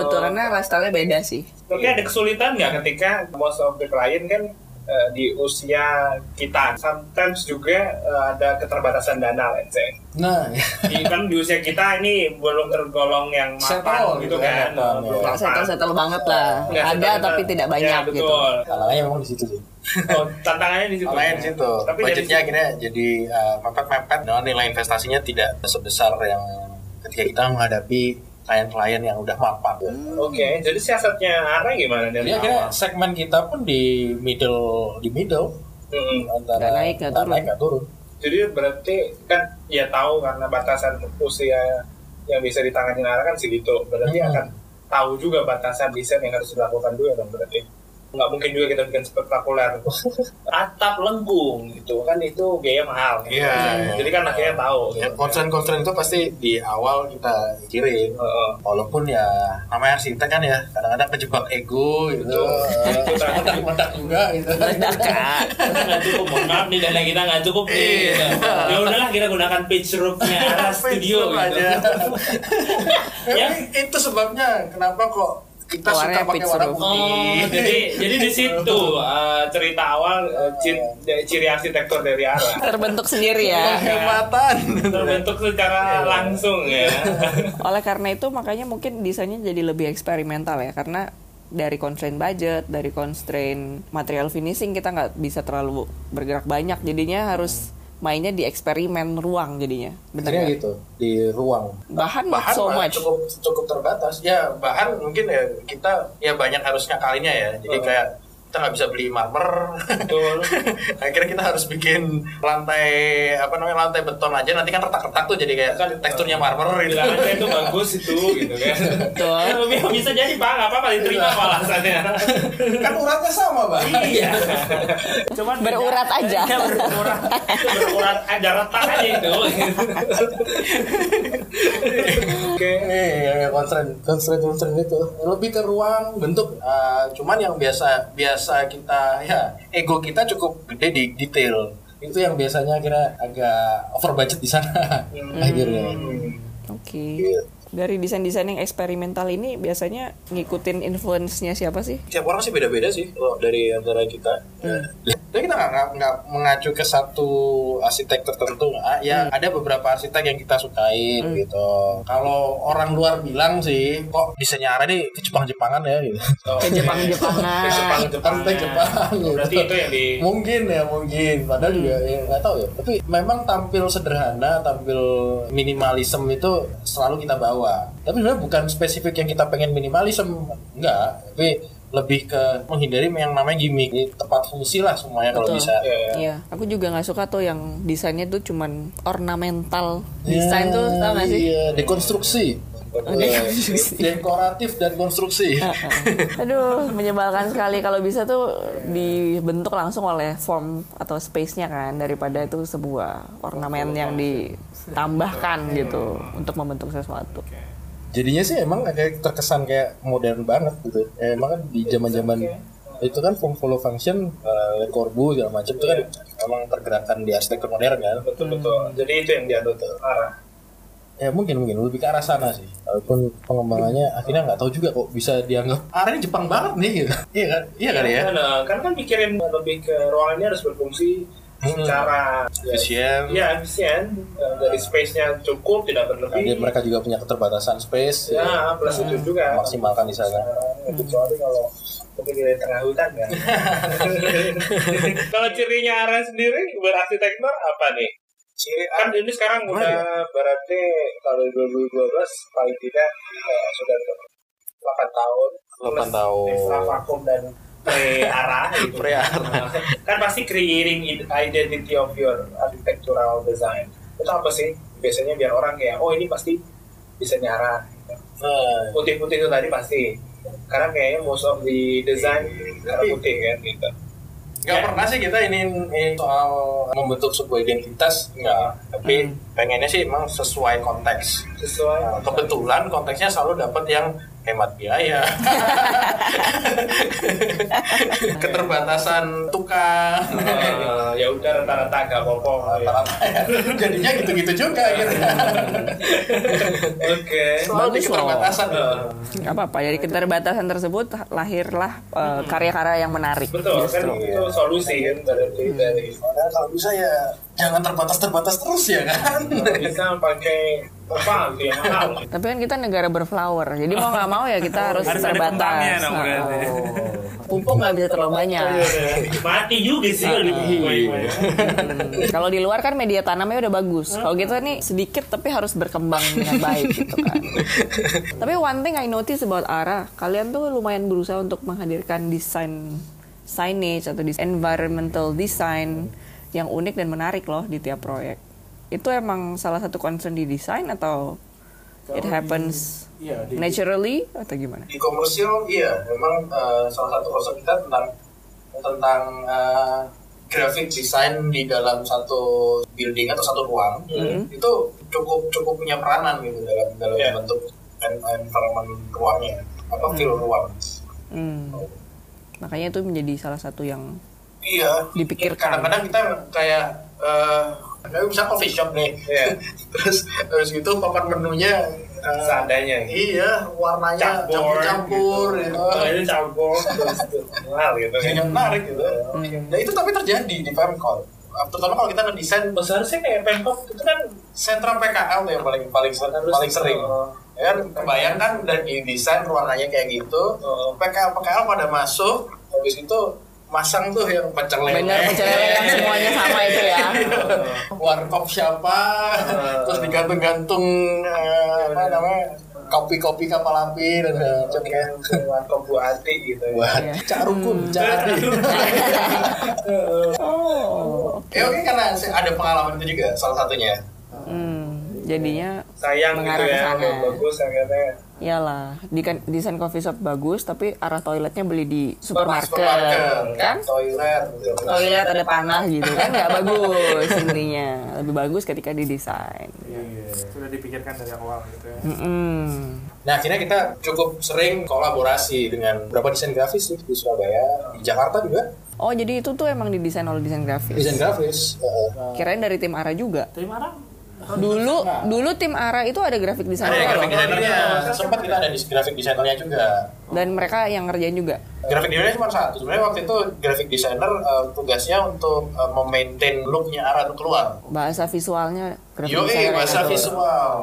Oh. betul karena lifestyle-nya beda sih. Tapi ada kesulitan nggak ketika most of the client kan eh, di usia kita, sometimes juga eh, ada keterbatasan dana, let's say. Nah, Di, kan di usia kita ini belum tergolong yang mapan Settle gitu gitu kan, kan, mapan, belum ya. Nggak settle-settle banget lah. Nggak Ada settle-settle. tapi tidak Ya, banyak gitu. betul. halangannya memang di situ sih. Oh, tantangannya di situ. Lain situ. Tapi dari Budgetnya situ- akhirnya jadi uh, mepet-mepet. Nah, nilai investasinya tidak sebesar yang ketika kita menghadapi klien-klien yang udah mapan. Hmm. Oke, jadi siasatnya Ara gimana dari Jadi akhirnya awal? segmen kita pun di middle, di middle Mm-mm. antara Nggak naik, nggak nggak turun. naik, nggak turun. Jadi berarti kan ya tahu karena batasan usia yang bisa ditangani Ara kan segitu. Berarti Hmm. akan tahu juga batasan desain yang harus dilakukan juga dong berarti. Nggak mungkin juga kita bikin spektakuler. Atap lengkung gitu kan itu biaya mahal. gitu. Iya, Jadi kan akhirnya tahu. Ya, gitu. concern-concern itu pasti di awal kita pikirin. Heeh. Walaupun ya namanya arsitek kan ya kadang-kadang kejebak ego gitu. Mendak-mendak juga gitu. Nggak cukup, mohon maaf nih dana kita nggak cukup Iya. nih. Ya udahlah kita gunakan page room-nya arah studio gitu. Pintu aja. Ya. Emang itu sebabnya kenapa kok kita Warnanya suka pakai pink warna seru. putih. Oh, jadi Jadi di situ eh, cerita awal eh, ci- de- ciri arsitektur dari Ara Terbentuk sendiri ya. Penghematan. terbentuk Iya, secara langsung ya. Oleh karena itu makanya mungkin desainnya jadi lebih eksperimental ya karena dari constraint budget, dari constraint material finishing kita nggak bisa terlalu bergerak banyak jadinya harus mainnya di eksperimen ruang jadinya. Iya, Bener Akhirnya nggak? gitu di ruang. Bahan, not Bahan so mah much. cukup cukup terbatas. Ya bahan mungkin ya kita ya banyak harus ngakalinnya ya. Jadi kayak kita nggak bisa beli marmer. Betul. Akhirnya kita harus bikin lantai apa namanya lantai beton aja. Nanti kan retak-retak tuh jadi kayak teksturnya marmer gitu. bilang Iya. aja itu bagus itu gitu kan Betul. Ya, bisa jadi pak nggak apa-apa diterima apa alasannya kan uratnya sama bang. Iya. Cuman Berurat ya, aja. Iya, berurat. berurat ada retak aja itu oke Iya, constraint, constraint, constraint itu gitu. lebih ke ruang bentuk. Eh, cuman yang biasa, biasa kita ya ego kita cukup gede di detail. Itu yang biasanya kira agak over budget di sana akhirnya. Oke. Iya. Dari desain-desain yang eksperimental ini biasanya ngikutin influence-nya siapa sih? Tiap orang sih beda-beda sih kalau dari antara kita. Hmm. Jadi kita nggak- nggak nggak mengacu ke satu arsitek tertentu, nggak. ya ada beberapa arsitek yang kita sukain gitu. Kalau orang luar bilang sih, kok desainnya arah ini ke Jepang-Jepangan ya gitu. Ke Ah, Jepang-Jepangan. Arsitek Jepang. gitu. Oh, berarti itu yang di mungkin ya mungkin padahal juga ya nggak tahu ya tapi memang tampil sederhana tampil minimalism itu selalu kita bawa tapi sebenarnya bukan spesifik yang kita pengen minimalism enggak tapi lebih ke menghindari yang namanya gimmick Jadi tepat fungsi lah semuanya kalau Betul. bisa Iya, aku juga nggak suka tuh yang desainnya tuh cuman ornamental. Ya, Desain tuh tau gak sih? Oh, iya dekonstruksi dekoratif dan konstruksi Aduh, menyebalkan sekali kalau bisa tuh dibentuk langsung oleh form atau space-nya kan daripada itu sebuah ornamen yang ditambahkan gitu untuk membentuk sesuatu. jadinya sih emang kayak terkesan kayak modern banget gitu ya, emang kan di zaman zaman itu kan form follow function uh, Le Corbusier segala macam itu kan Iya. emang pergerakan di arsitektur modern kan betul betul jadi itu yang diatur tuh arah ya mungkin mungkin lebih ke arah sana sih walaupun pengembangannya akhirnya nggak tahu juga kok bisa dianggap arah ini Jepang banget nih gitu iya kan iya kan ya Nah, karena kan pikirin lebih ke ruangannya harus berfungsi Hmm. secara efisien ya efisien eh, dari space-nya cukup tidak Jadi berlebih mereka juga punya keterbatasan space ya, ya plus itu juga maksimalkan di sana Nah, kecuali kalau mungkin di tengah hutan kan. kalau cirinya Ara sendiri berarsitektur apa nih? Ciri kan ini sekarang udah berarti kalau 2012 paling tidak eh, sudah 8 tahun. 8 tahun. Ekstra vakum dan pre-Ara gitu. Pre-Ara. kan pasti creating id- identity of your architectural design. Itu apa sih? Biasanya biar orang kayak, oh ini pasti desainnya Ara. Gitu nah, Ah. putih-putih itu tadi pasti Karena kayaknya most of the design karena putih kan gitu. Gak pernah sih kita ini soal membentuk sebuah identitas enggak tapi pengennya sih emang sesuai konteks Sesuai Nah, kebetulan konteksnya selalu dapat yang hemat biaya keterbatasan tukang Eh, ya udah rata-rata agak kokoh. ya. Apa-apa ya. jadinya gitu-gitu juga gitu. akhirnya Oke. selalu di Bagus loh. keterbatasan Eh. Nggak apa-apa dari keterbatasan tersebut lahirlah eh, karya-karya yang menarik Betul kan justru. itu solusi kan berarti Hmm. dari Padahal kalau bisa ya jangan terbatas-terbatas terus ya kan bisa pakai apa gitu yang mahal. Tapi kan kita negara berflower, jadi mau nggak mau ya kita harus, Harus ada kembangnya terbatas. dong, Nah, berarti. Pupuk nggak bisa terlalu banyak. iya. Mati juga sih Iya. kalau dibuang-buang. Hmm, Kalau di luar kan media tanamnya udah bagus. Kalau kita nih sedikit tapi harus berkembang dengan baik gitu kan. Tapi one thing I notice about Ara, kalian tuh lumayan berusaha untuk menghadirkan desain signage atau desain environmental design yang unik dan menarik loh di tiap proyek. Itu emang salah satu concern di desain atau it happens iya di, naturally atau gimana? di komersil iya memang eh, salah satu konsep kita tentang tentang eh, graphic design di dalam satu building atau satu ruang itu cukup cukup punya peranan gitu dalam dalam Iya. bentuk en- environment ruangnya apa feel ruang Hmm. Makanya itu menjadi salah satu yang Iya. Dipikirkan. Kadang-kadang kita kayak eh kayak bisa coffee shop nih. Iya. terus terus gitu papan menunya eh, Seandainya. Iya, warnanya Campur, campur-campur iya. gitu. gitu. Akhirnya campur terus itu mahal gitu. kan. Kayaknya menarik gitu. Hmm. Nah, itu tapi terjadi di Pemkot. Terutama kalau kita ngedesain Seharusnya kayak pemkot itu kan sentra PKL tuh yang paling paling ser- Terus, paling sering. oh. Ya kan kebayangkan udah didesain ruangannya kayak gitu. Oh. PKL PKL pada masuk habis itu masang tuh yang pecel lele. benar pecelele kan semuanya sama itu ya. warkop siapa Oh. terus digantung-gantung eh, apa namanya kopi-kopi kapal api dan segala macam ya. warkop Bu Ati gitu. ya. buat Iya. cak rukun cak adi Oh. ya oke karena saya ada pengalaman itu juga salah satunya Hmm, jadinya Sayang gitu Mengarah ke ya, sana. belum bagus akhirnya. Iyalah, di kan- desain coffee shop bagus, tapi arah toiletnya beli di supermarket, kan? kan toilet gitu. Toilet ada panah gitu kan nggak bagus intinya. Lebih bagus ketika didesain. Sudah dipikirkan dari awal gitu ya. Mm-mm. nah akhirnya kita cukup sering kolaborasi dengan beberapa desain grafis sih di Surabaya di Jakarta juga Oh jadi itu tuh emang didesain oleh desain grafis. desain grafis eh, Kirain dari tim Ara juga. Tapi marah. Dulu dulu tim Ara itu ada grafik ada desainer yang grafik loh. desainernya sempat kita ada di grafik desainernya juga dan mereka yang ngerjain juga. grafik desainer cuma satu sebenarnya waktu itu grafik desainer eh, tugasnya untuk eh, memaintain looknya arah tuh keluar Bahasa visualnya grafik gitu. Yoi, desainer. bahasa yang betul. visual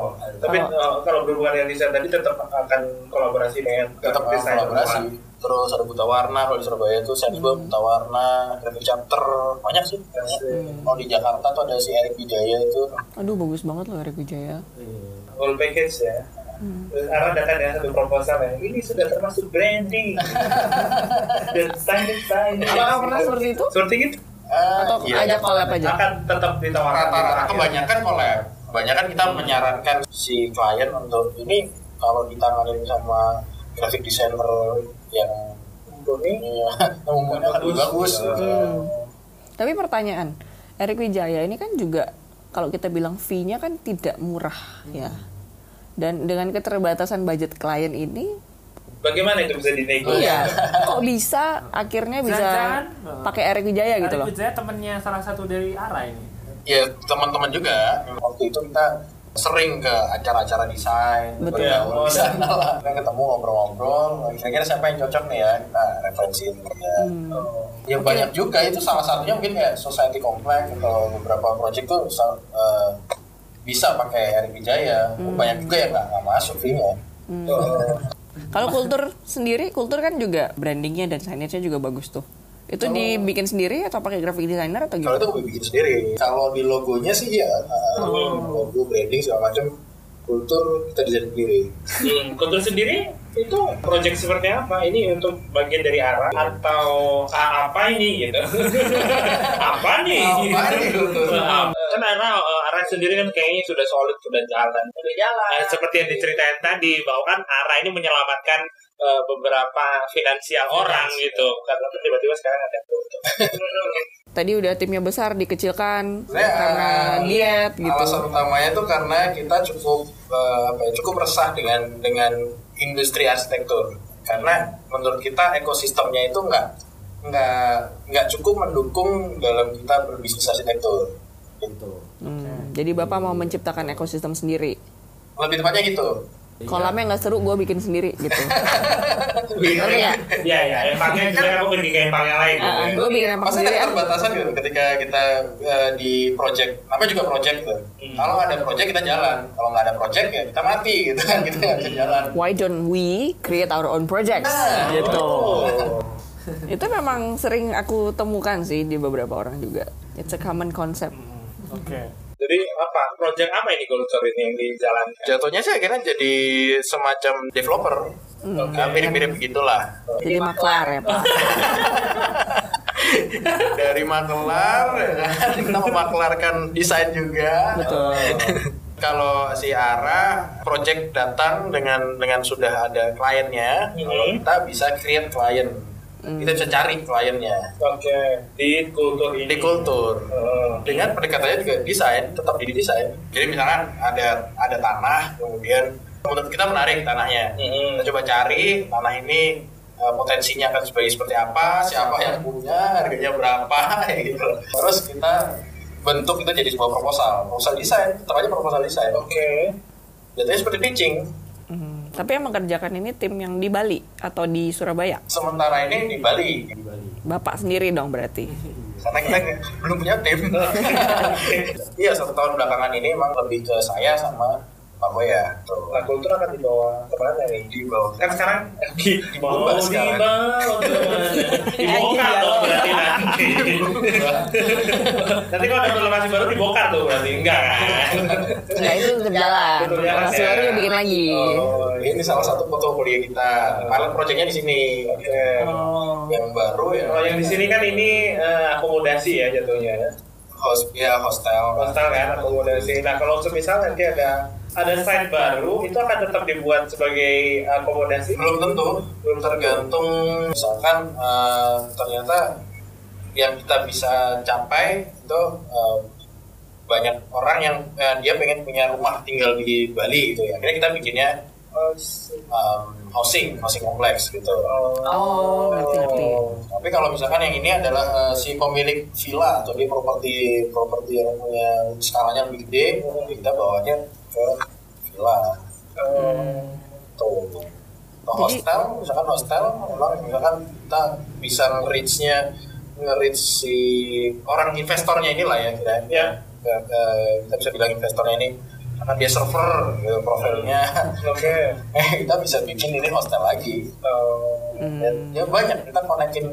Tapi eh, kalau berhubungan dengan desain tadi tetap akan kolaborasi dengan tetap graphic designer kolaborasi orang. terus ada buta warna kalau di Surabaya itu Sensbo buta warna grafik chapter banyak sih kalau di Jakarta tuh ada si Eric Bidaya itu Aduh bagus banget loh Erick Wijaya. Whole package ya. Hmm. Terus Ara datang dengan satu proposal ya. Ini sudah termasuk branding. Dan signing signing. Apakah pernah seperti itu? Seperti itu Eh, Atau iya. ajak collab aja? akan tetap ditawarkan. rata-rata iya. Hmm. Akhir. kebanyakan collab kebanyakan kita menyarankan si klien untuk ini kalau ditanganin sama grafik desainer yang mumpuni yang mumpuni akan lebih bagus Hmm. Tapi pertanyaan, Erik Wijaya ini kan juga kalau kita bilang fee-nya kan tidak murah ya. Dan dengan keterbatasan budget klien ini, Bagaimana itu bisa dinego? iya, kok bisa akhirnya bisa Jangan-jangan, eh, pakai Erik Wijaya gitu loh. Arif Wijaya temennya salah satu dari Ara ini. ya teman-teman juga waktu itu kita sering ke acara-acara desain Betul. bergaul di sana lah Kita ketemu ngobrol-ngobrol kira-kira siapa yang cocok nih ya kita referensiin ya. ya banyak juga itu salah satunya mungkin kayak society complex atau beberapa project tuh sa- eh, bisa pakai Erick Wijaya banyak juga yang nggak nggak masuk ya. filmnya Kalau kultur sendiri, kultur kan juga brandingnya dan signage-nya juga bagus tuh. Oh. Itu dibikin sendiri atau pakai graphic designer atau kalau gimana? itu gue bikin sendiri kalau di logonya sih ya eh, logo branding segala macam kultur kita desain sendiri Hmm, kultur sendiri itu project seperti apa? Ini untuk bagian dari arah atau ah, apa ini gitu? apa nih? Apa nih, kultur? Ah, kan arah arah sendiri kan kayaknya sudah ya, eh, solid sudah jalan. Sudah jalan. seperti yang diceritain tadi bahwa kan arah ini menyelamatkan eh, beberapa finansial orang gitu. Karena tiba-tiba sekarang ada tutup. Tadi udah timnya besar dikecilkan Saya, karena eh, diet gitu. Alasan utamanya itu karena kita cukup eh, apa ya, cukup resah dengan dengan industri arsitektur karena menurut kita ekosistemnya itu nggak nggak nggak cukup mendukung dalam kita berbisnis arsitektur gitu Hmm, Jadi bapak mau menciptakan ekosistem sendiri. lebih tepatnya gitu Kolamnya nggak seru, gue bikin sendiri gitu. Iya, Ngerti nggak? Iya, iya. Empangnya gimana aku bikin kayak empang yang lain. gitu ya. Ah, ah, gue bikin apa Pasti iya. ada sendiri? ah. keterbatasan gitu ketika kita eh, di project, namanya juga project gitu. Kalau ada project kita jalan, kalau nggak ada project ya kita mati gitu kan, kita nggak bisa jalan. Why don't we create our own projects? Nah. gitu. Itu memang sering aku temukan sih di beberapa orang juga. It's a common concept. Oke. Jadi apa? Project apa ini Goldsor ini yang dijalankan? Jatuhnya sih akhirnya jadi semacam developer, Nah, mirip-mirip gitulah. Jadi Iya, maklar ya pak. Dari makelar, ya kan, kita memaklarkan desain juga. Betul. Kalau si Ara project datang dengan dengan sudah ada kliennya, kalau kita bisa create klien, kita bisa cari kliennya Oke, di kultur ini. di kultur. Oh. dengan pendekatannya juga desain tetap jadi desain jadi misalkan ada ada tanah kemudian menurut kita menarik tanahnya Mm-mm. kita coba cari tanah ini eh, potensinya akan sebagai seperti apa siapa yang punya harganya berapa ya gitu terus kita bentuk itu jadi sebuah proposal proposal desain tetap aja proposal desain oke jatuhnya seperti pitching Hmm, Tapi yang mengerjakan ini tim yang di Bali atau di Surabaya. sementara ini di Bali Bapak sendiri dong berarti. Iya. karena kita nggak- belum punya tim iya satu tahun belakangan ini emang lebih ke saya sama Pak Boya tuh. Nah, kultur akan dibawa kemana nih? di bawah Kan sekarang di, Mau Berubah sekarang. dibawa kemana? Dibongkar dong berarti ya. nanti. nanti kalau ada informasi baru dibongkar tuh berarti enggak kan? Nah itu tetap jalan. Tetap jalan, Masih ya. baru dia bikin lagi. Oh, iya. ini salah satu foto kuliah kita. Pilot projectnya di sini. Yang baru ya. Kalau yang di sini kan ini eh, akomodasi ya jatuhnya. host ya hostel. Hostel kan akomodasi. Nah kalau semisal nanti ada ada site baru itu akan tetap dibuat sebagai akomodasi. Belum tentu, belum tergantung misalkan eh, ternyata yang kita bisa capai itu eh, banyak orang yang eh, dia pengen punya rumah tinggal di Bali gitu ya. Akhirnya kita bikinnya em, housing, housing kompleks gitu. Oh, ngerti ngerti. Tapi kalau misalkan yang ini adalah eh, si pemilik villa atau dia properti properti yang punya skalanya lebih gede, kita bawanya ke villa. Hmm. Tuh. Nah, Jadi- hostel, misalkan hostel, memang misalkan kita bisa nge-reach-nya nge-reach si orang investornya inilah ya kira Ya. Ke- ke- kita bisa bilang investornya ini karena dia server gitu, profilnya Hmm, Oke. eh kita bisa bikin ini hostel lagi Eh, Hmm. dan ya banyak kita konekin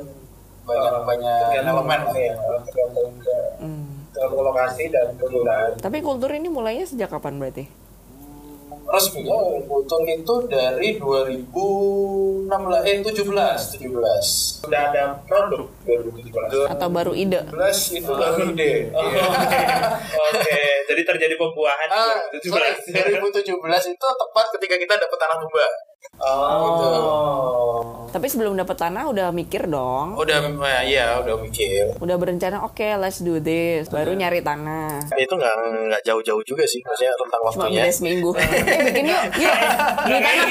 banyak banyak Tergantung elemen lah Oh, ya. Tergantung ke- Hmm. tergantung lokasi dan penggunaan. Tapi kultur ini mulainya sejak kapan berarti? resminya kultur ya, itu dari 2016 eh 17 17 Sudah ada produk 2017. Atau baru ide? 17 itu baru ide Oh, Oke, Oke. jadi terjadi pembuahan Ah, sorry, 2017. 2017 itu tepat ketika kita dapat tanah hamba. gitu. Oh, Tapi sebelum dapat tanah udah mikir dong. Udah, eh, iya udah mikir. Udah berencana, oke let's do this. Baru Iya. nyari tanah. Itu nggak nggak jauh-jauh juga sih, maksudnya tentang Cuma waktunya. Iya. beda seminggu. eh bikin yuk, yuk. Beli tanah.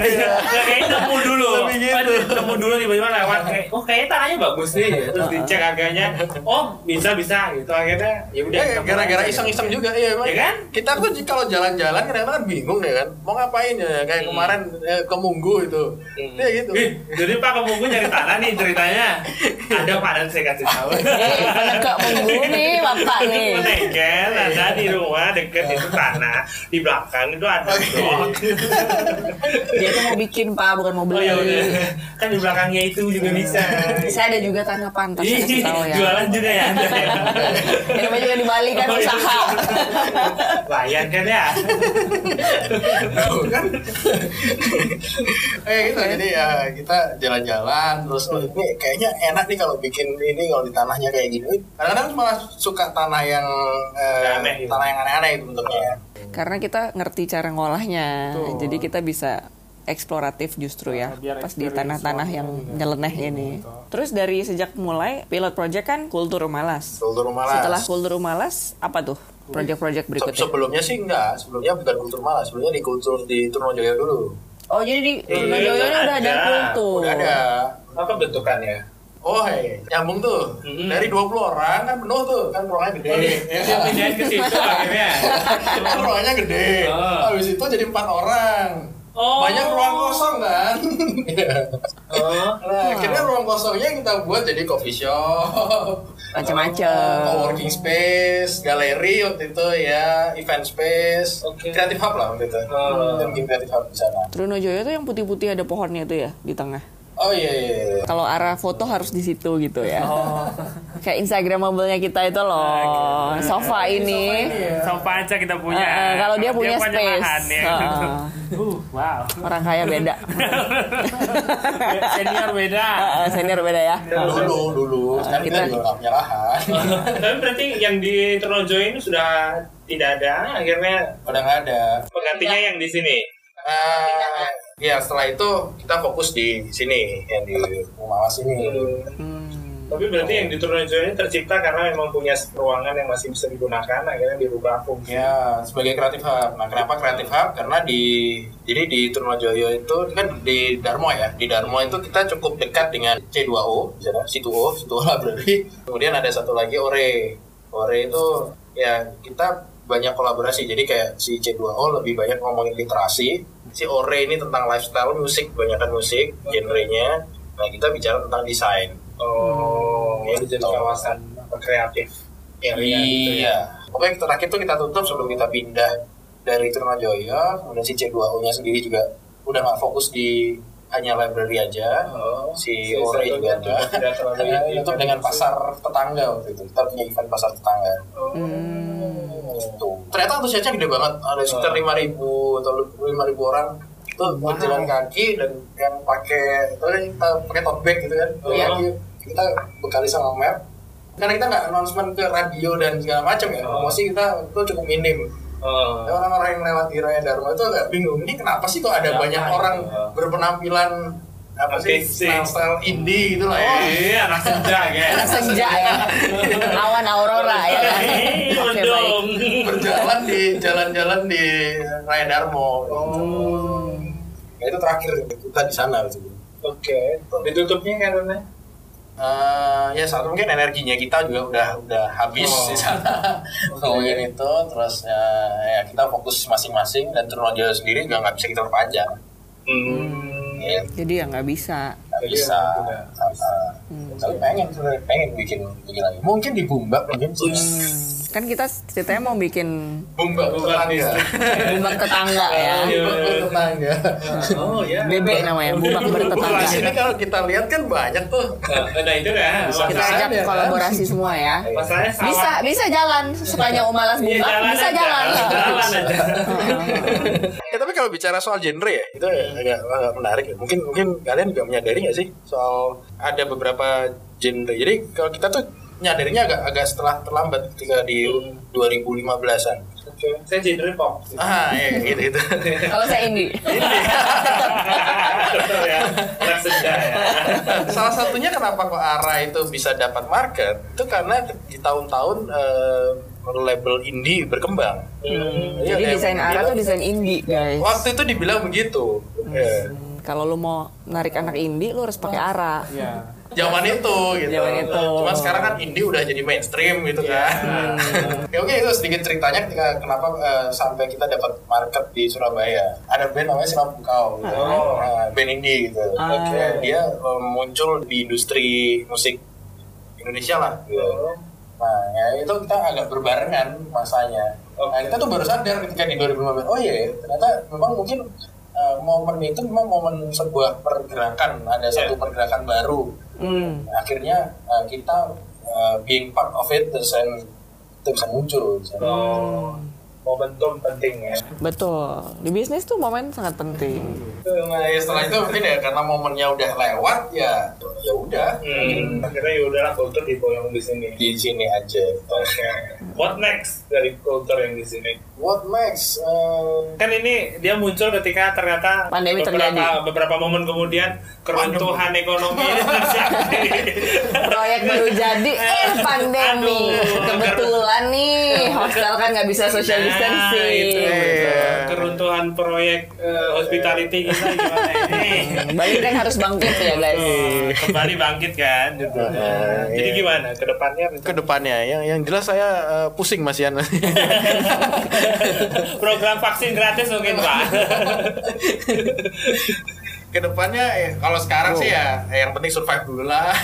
Iya. Nah, kayaknya nemu dulu. gitu. Aduh, Nemu dulu tiba-tiba lewat. kayak, Oh kayaknya tanahnya bagus nih. Terus dicek harganya. Oh bisa bisa gitu akhirnya. Ya udah. Ya, kita gara-gara mulai. iseng-iseng juga ya, emang. Ya kan? Kita tuh j- kalau jalan-jalan kadang-kadang kan bingung ya kan. Mau ngapain ya kayak kemarin eh, ke Munggu itu. Ya gitu. Ih, jadi Pak Kemunggu nyari tanah nih ceritanya. Ada Pak dan saya kasih tahu. Eh, penegak munggu nih bapak nih. Itu bengkel, ada di rumah deket itu tanah di belakang itu ada dok. Dia tuh mau bikin pak, bukan mau iya. Oh ya beli. udah, Iya. kan di belakangnya itu juga bisa. Saya ada juga tanah pantas, saya kasih Ih, tahu ya. Iya, Jualan juga ya. Anda ya. Ya, namanya juga di Bali kan Oh, iya. usaha. Layan kan ya. Kayak gitu jadi ya kita jalan-jalan terus oh, ini kayaknya enak nih kalau bikin ini kalau di tanahnya kayak gini. Kadang-kadang malah suka tanah yang eh, Aneh gitu. tanah yang aneh-aneh itu bentuknya. Karena kita ngerti cara ngolahnya, jadi kita bisa eksploratif justru ya Nah, biar pas di experience tanah-tanah orang yang juga. Iya, nyeleneh ini terus dari sejak mulai pilot project kan kultur malas Kultur malas. setelah kultur malas apa tuh Se- project-project berikutnya sebelumnya sih enggak, sebelumnya bukan kultur malas, sebelumnya di kultur di Trunojoyo dulu. oh jadi di Iya, Jojonya udah ada ada. kultur Udah ada. Apa bentukannya? Oh, hei, nyambung tuh. Dari 20 orang kan penuh tuh, kan ruangannya gede. Dia pindahin ke situ akhirnya. Kan ruangannya gede. Oh. Habis itu jadi empat orang. Oh. Banyak ruang kosong kan? Oh. nah, akhirnya ruang kosongnya kita buat jadi coffee shop. macam-macam Coworking space, galeri waktu itu ya, event space, Oke. creative hub lah waktu itu. Oh. Dan bikin creative hub di sana. Trunojoyo tuh yang putih-putih ada pohonnya tuh ya di tengah Oh iya iya. iya. kalau arah foto harus di situ gitu ya Oh. kayak instagramable-nya kita itu loh sofa ini Sofa aja kita punya. Eh, eh, kalau dia punya space Oh. lahan, ya. Heeh. Uh, wow. orang kaya beda Senior beda. Heeh, senior beda ya Dulu dulu, sekarang kita kita- juga nggak punya lahan. Tapi berarti yang di Tronojo ini sudah tidak ada, akhirnya Udah nggak ada. penggantinya Iya. yang di sini. Nah, ya setelah itu kita fokus di sini yang di rumah Mas ini. Hmm. Tapi berarti yang di Tronojo ini tercipta karena memang punya ruangan yang masih bisa digunakan, akhirnya dirubah fungsi. Ya, sebagai kreatif hub. Nah, kenapa kreatif hub? Karena di jadi di Trunojoyo itu kan di Darmo ya. Di Darmo itu kita cukup dekat dengan C2O, misalnya Situ-O, Situ-O Library. Kemudian ada satu lagi Ore. Ore itu ya kita banyak kolaborasi. Jadi kayak si C2O lebih banyak ngomongin literasi. Si Ore ini tentang lifestyle, musik, kebanyakan musik, genrenya. Nah, kita bicara tentang desain. Oh, Hmm. ya jadi kawasan apa, kreatif. area gitu ya. Iya. Oke, kita terakhir tuh kita tutup sebelum kita pindah dari Trunojoyo, kemudian si C2O-nya sendiri juga udah nggak fokus di hanya library aja, si si Ore satunya juga juga Oh, tidak terlalu Karena ini, itu kan, dengan maksudnya. pasar tetangga waktu itu, kita punya event pasar tetangga. Oh. Gitu. Ternyata antusiasnya gede banget, ada sekitar 5.000 atau 5.000 orang itu berjalan kaki dan yang pakai itu kan kita pakai tote bag gitu kan, Jadi Iya. kita bekali sama map, karena kita nggak announcement ke radio dan segala macam ya promosi kita itu cukup minim Oh. Ya, orang-orang yang lewat di Raya Dharma itu agak bingung ini kenapa sih kok ada banyak orang berpenampilan apa sih Artistik. style style indie gitu lah ya Iya, anak senja ya. senja ya awan aurora ya kan Iya oke baik dong. berjalan di jalan-jalan di Raya Dharma ya, itu terakhir kita di sana gitu. Oke, ditutupnya kan, karena Eh, ya satu mungkin energinya kita juga udah udah habis di sana ngomongin itu terus eh, ya kita fokus masing-masing dan Trunojoyo sendiri juga nggak bisa kita perpanjang Hmm. ya jadi ya nggak bisa nggak bisa Ah, tapi pengen sebenarnya pengen bikin bikin lagi mungkin di Bumbak mungkin kan kita ceritanya mau bikin Bumbak Iya, tetangga bubak tetangga ya Bumbak tetangga Oh ya. bebek namanya bubak Nah, bertetangga sini kalau kita lihat kan banyak tuh Nah itu dah. kita masalah- Iya. ajak kolaborasi semua ya Masalahnya sawah. bisa bisa jalan sukanya umalas Iya, bubak jalan bisa aja, jalan Jalan aja. ya tapi kalau bicara soal genre ya itu agak, agak menarik ya. mungkin mungkin kalian juga menyadari nggak sih soal ada beberapa genre jadi kalau kita tuh nyadarinya agak agak setelah terlambat ketika di 2015an Oke, Saya genre pop. ah ya gitu gitu kalau saya indie Betul ya. Anak senja ya. salah satunya kenapa kok Ara itu bisa dapat market itu karena di tahun-tahun eh, label indie berkembang Iya, jadi kayak desain dibilang- arah tuh desain indie guys waktu itu dibilang begitu Ya. Hmm, kalau lu mau narik anak indie lu harus pakai arah Iya. zaman itu gitu. Zaman itu. Cuman sekarang kan indie udah jadi mainstream gitu kan. ya oke itu sedikit ceritanya ketika kenapa eh, sampai kita dapat market di Surabaya. Ada band namanya Silam Bukau gitu. Nah, band indie gitu. Oke, dia eh, muncul di industri musik Indonesia lah gitu. Nah, ya itu kita agak berbarengan masanya. Nah, kita tuh baru sadar ketika di 2015, oh iya, ya, ternyata memang mungkin eh, momen itu memang momen sebuah pergerakan, ada satu pergerakan baru hmm. akhirnya uh, kita uh, being part of it terus and itu bisa muncul misalnya. Oh, momentum penting ya. betul di bisnis tuh momen sangat penting Nah, ya setelah itu mungkin ya karena momennya udah lewat ya ya udah Hmm, akhirnya ya udahlah kultur diboyong di sini. di sini aja. Oke. What next dari kultur yang di sini? What Max? Eh, Kan ini dia muncul ketika ternyata Pandemi beberapa, terjadi. beberapa momen kemudian keruntuhan ekonomi ini terjadi. Proyek baru jadi, eh pandemi. Aduh. Kebetulan nih, hostel kan nggak bisa social Nah, itu, distancing. itu. Iya. Keruntuhan proyek eh, hospitality kita gimana ini? Bali kan harus bangkit ya, guys. Tuh, kembali bangkit kan gitu. Nah, Jadi iya. gimana kedepannya? Kedepannya yang yang jelas saya eh, pusing Mas Yan. Program vaksin gratis mungkin pak. Kedepannya eh, kalau sekarang sih ya eh, yang penting survive dulu lah.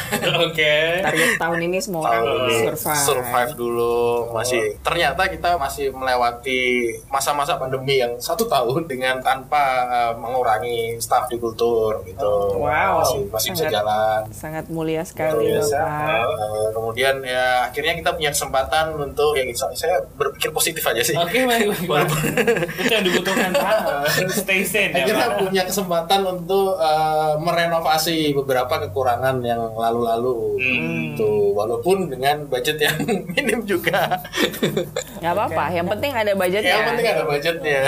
Oke. Target tahun ini semua orang Tahun ini survive. survive dulu masih ternyata kita masih melewati masa-masa pandemi yang satu tahun dengan tanpa eh, mengurangi staff di kultur gitu Oh, Wow. masih masih bisa Sangat- jalan Sangat mulia sekali, Luar biasa. Bapak. Eh, kemudian ya akhirnya kita punya kesempatan untuk ya insya- saya berpikir positif aja sih Oke, baik, baik, baik. Itu yang dibutuhkan Pak. Stay sane ya. akhirnya Iya. Pak. punya kesempatan untuk eh, merenovasi beberapa kekurangan yang lalu-lalu Hmm. Tuh, walaupun dengan budget yang minim juga Nggak apa-apa, yang penting ada ya. budgetnya. yang penting ada budgetnya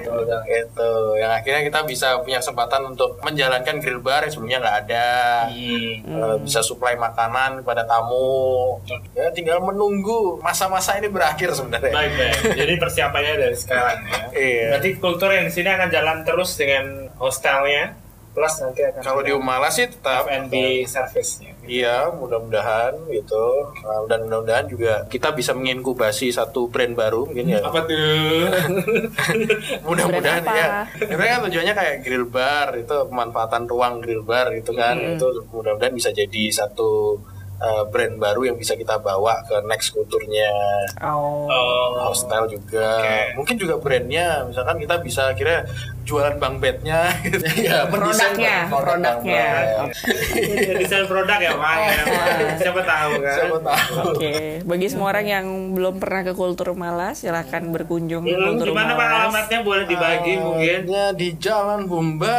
itu gitu. yang akhirnya kita bisa punya kesempatan untuk menjalankan grill bar yang sebelumnya nggak ada Hmm. Eh, bisa suplai makanan kepada tamu ya tinggal menunggu masa-masa ini berakhir sebenarnya Baik, baik. Jadi persiapannya dari sekarang ya. Iya. Berarti kultur yang di sini akan jalan terus dengan hostelnya plus nanti akan Kalau di ada Umala sih tetap F&B service-nya. Iya, mudah-mudahan gitu. Nah, Dan mudah-mudahan juga kita bisa menginkubasi satu brand baru mungkin ya. Apa tuh? Mudah-mudahan Brand apa? ya. Sebenarnya kan tujuannya kayak grill bar itu pemanfaatan ruang grill bar gitu kan. Itu mudah-mudahan bisa jadi satu uh, brand baru yang bisa kita bawa ke next kulturnya Oh. Oh, hostel juga Oke. mungkin juga brandnya misalkan kita bisa kira jualan bang bednya gitu ya mendesain Produknya, produk Bang produknya. Bed. desain produk ya, Pak. Ya, Pak. Siapa tahu kan. siapa tahu Oke, bagi semua orang yang belum pernah ke kultur Malas, silahkan berkunjung ke Hmm, kultur gimana Pak Malas. alamatnya boleh dibagi mungkin? Alamatnya di Jalan Bumba,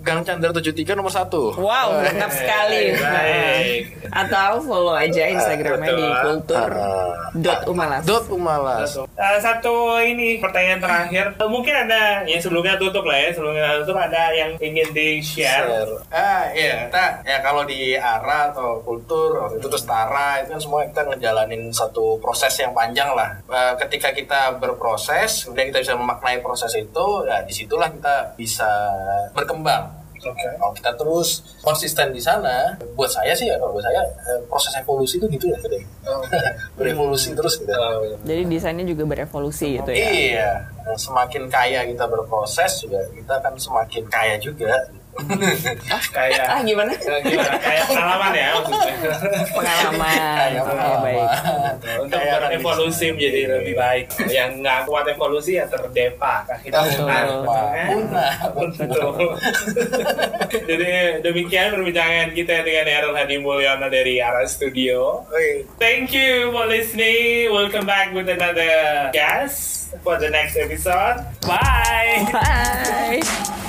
Gang Chandra 73 nomor 1. Wow, lengkap sekali. Nah, Baik. Atau follow aja Instagramnya di Betul. kultur dot umalas. Ah, Dot Umalas. Eh, satu ini pertanyaan terakhir Eh, mungkin ada yang sebelumnya tutup lah ya sebelumnya tutup ada yang ingin di share Share. Ah iya, kita ya kalau di ARA atau kultur waktu itu terus TARA itu kan semua kita ngejalanin satu proses yang panjang lah. Eh, ketika kita berproses, kemudian kita bisa memaknai proses itu, ya disitulah kita bisa berkembang. Ya, Kalau kita terus konsisten di sana, buat saya sih ya kalau buat saya eh, proses evolusi itu gitu ya, Gede. berevolusi terus gitu. Jadi desainnya juga berevolusi gitu ya. Iya, semakin kaya kita berproses juga kita akan semakin kaya juga. kayak Ah gimana? gimana? Iya, kayak pengalaman ya maksudnya Pengalaman. Kaya Oke, pengalaman. baik. untuk Kaya orang berevolusi menjadi lebih baik yang nggak kuat evolusi ya terdepak akhirnya Betul. punah. Apa? Punah. Betul. Jadi demikian perbincangan kita dengan Errol Hadi Mulyono dari Ara Studio. Thank you for listening. Welcome back with another guest for the next episode. Bye. Bye.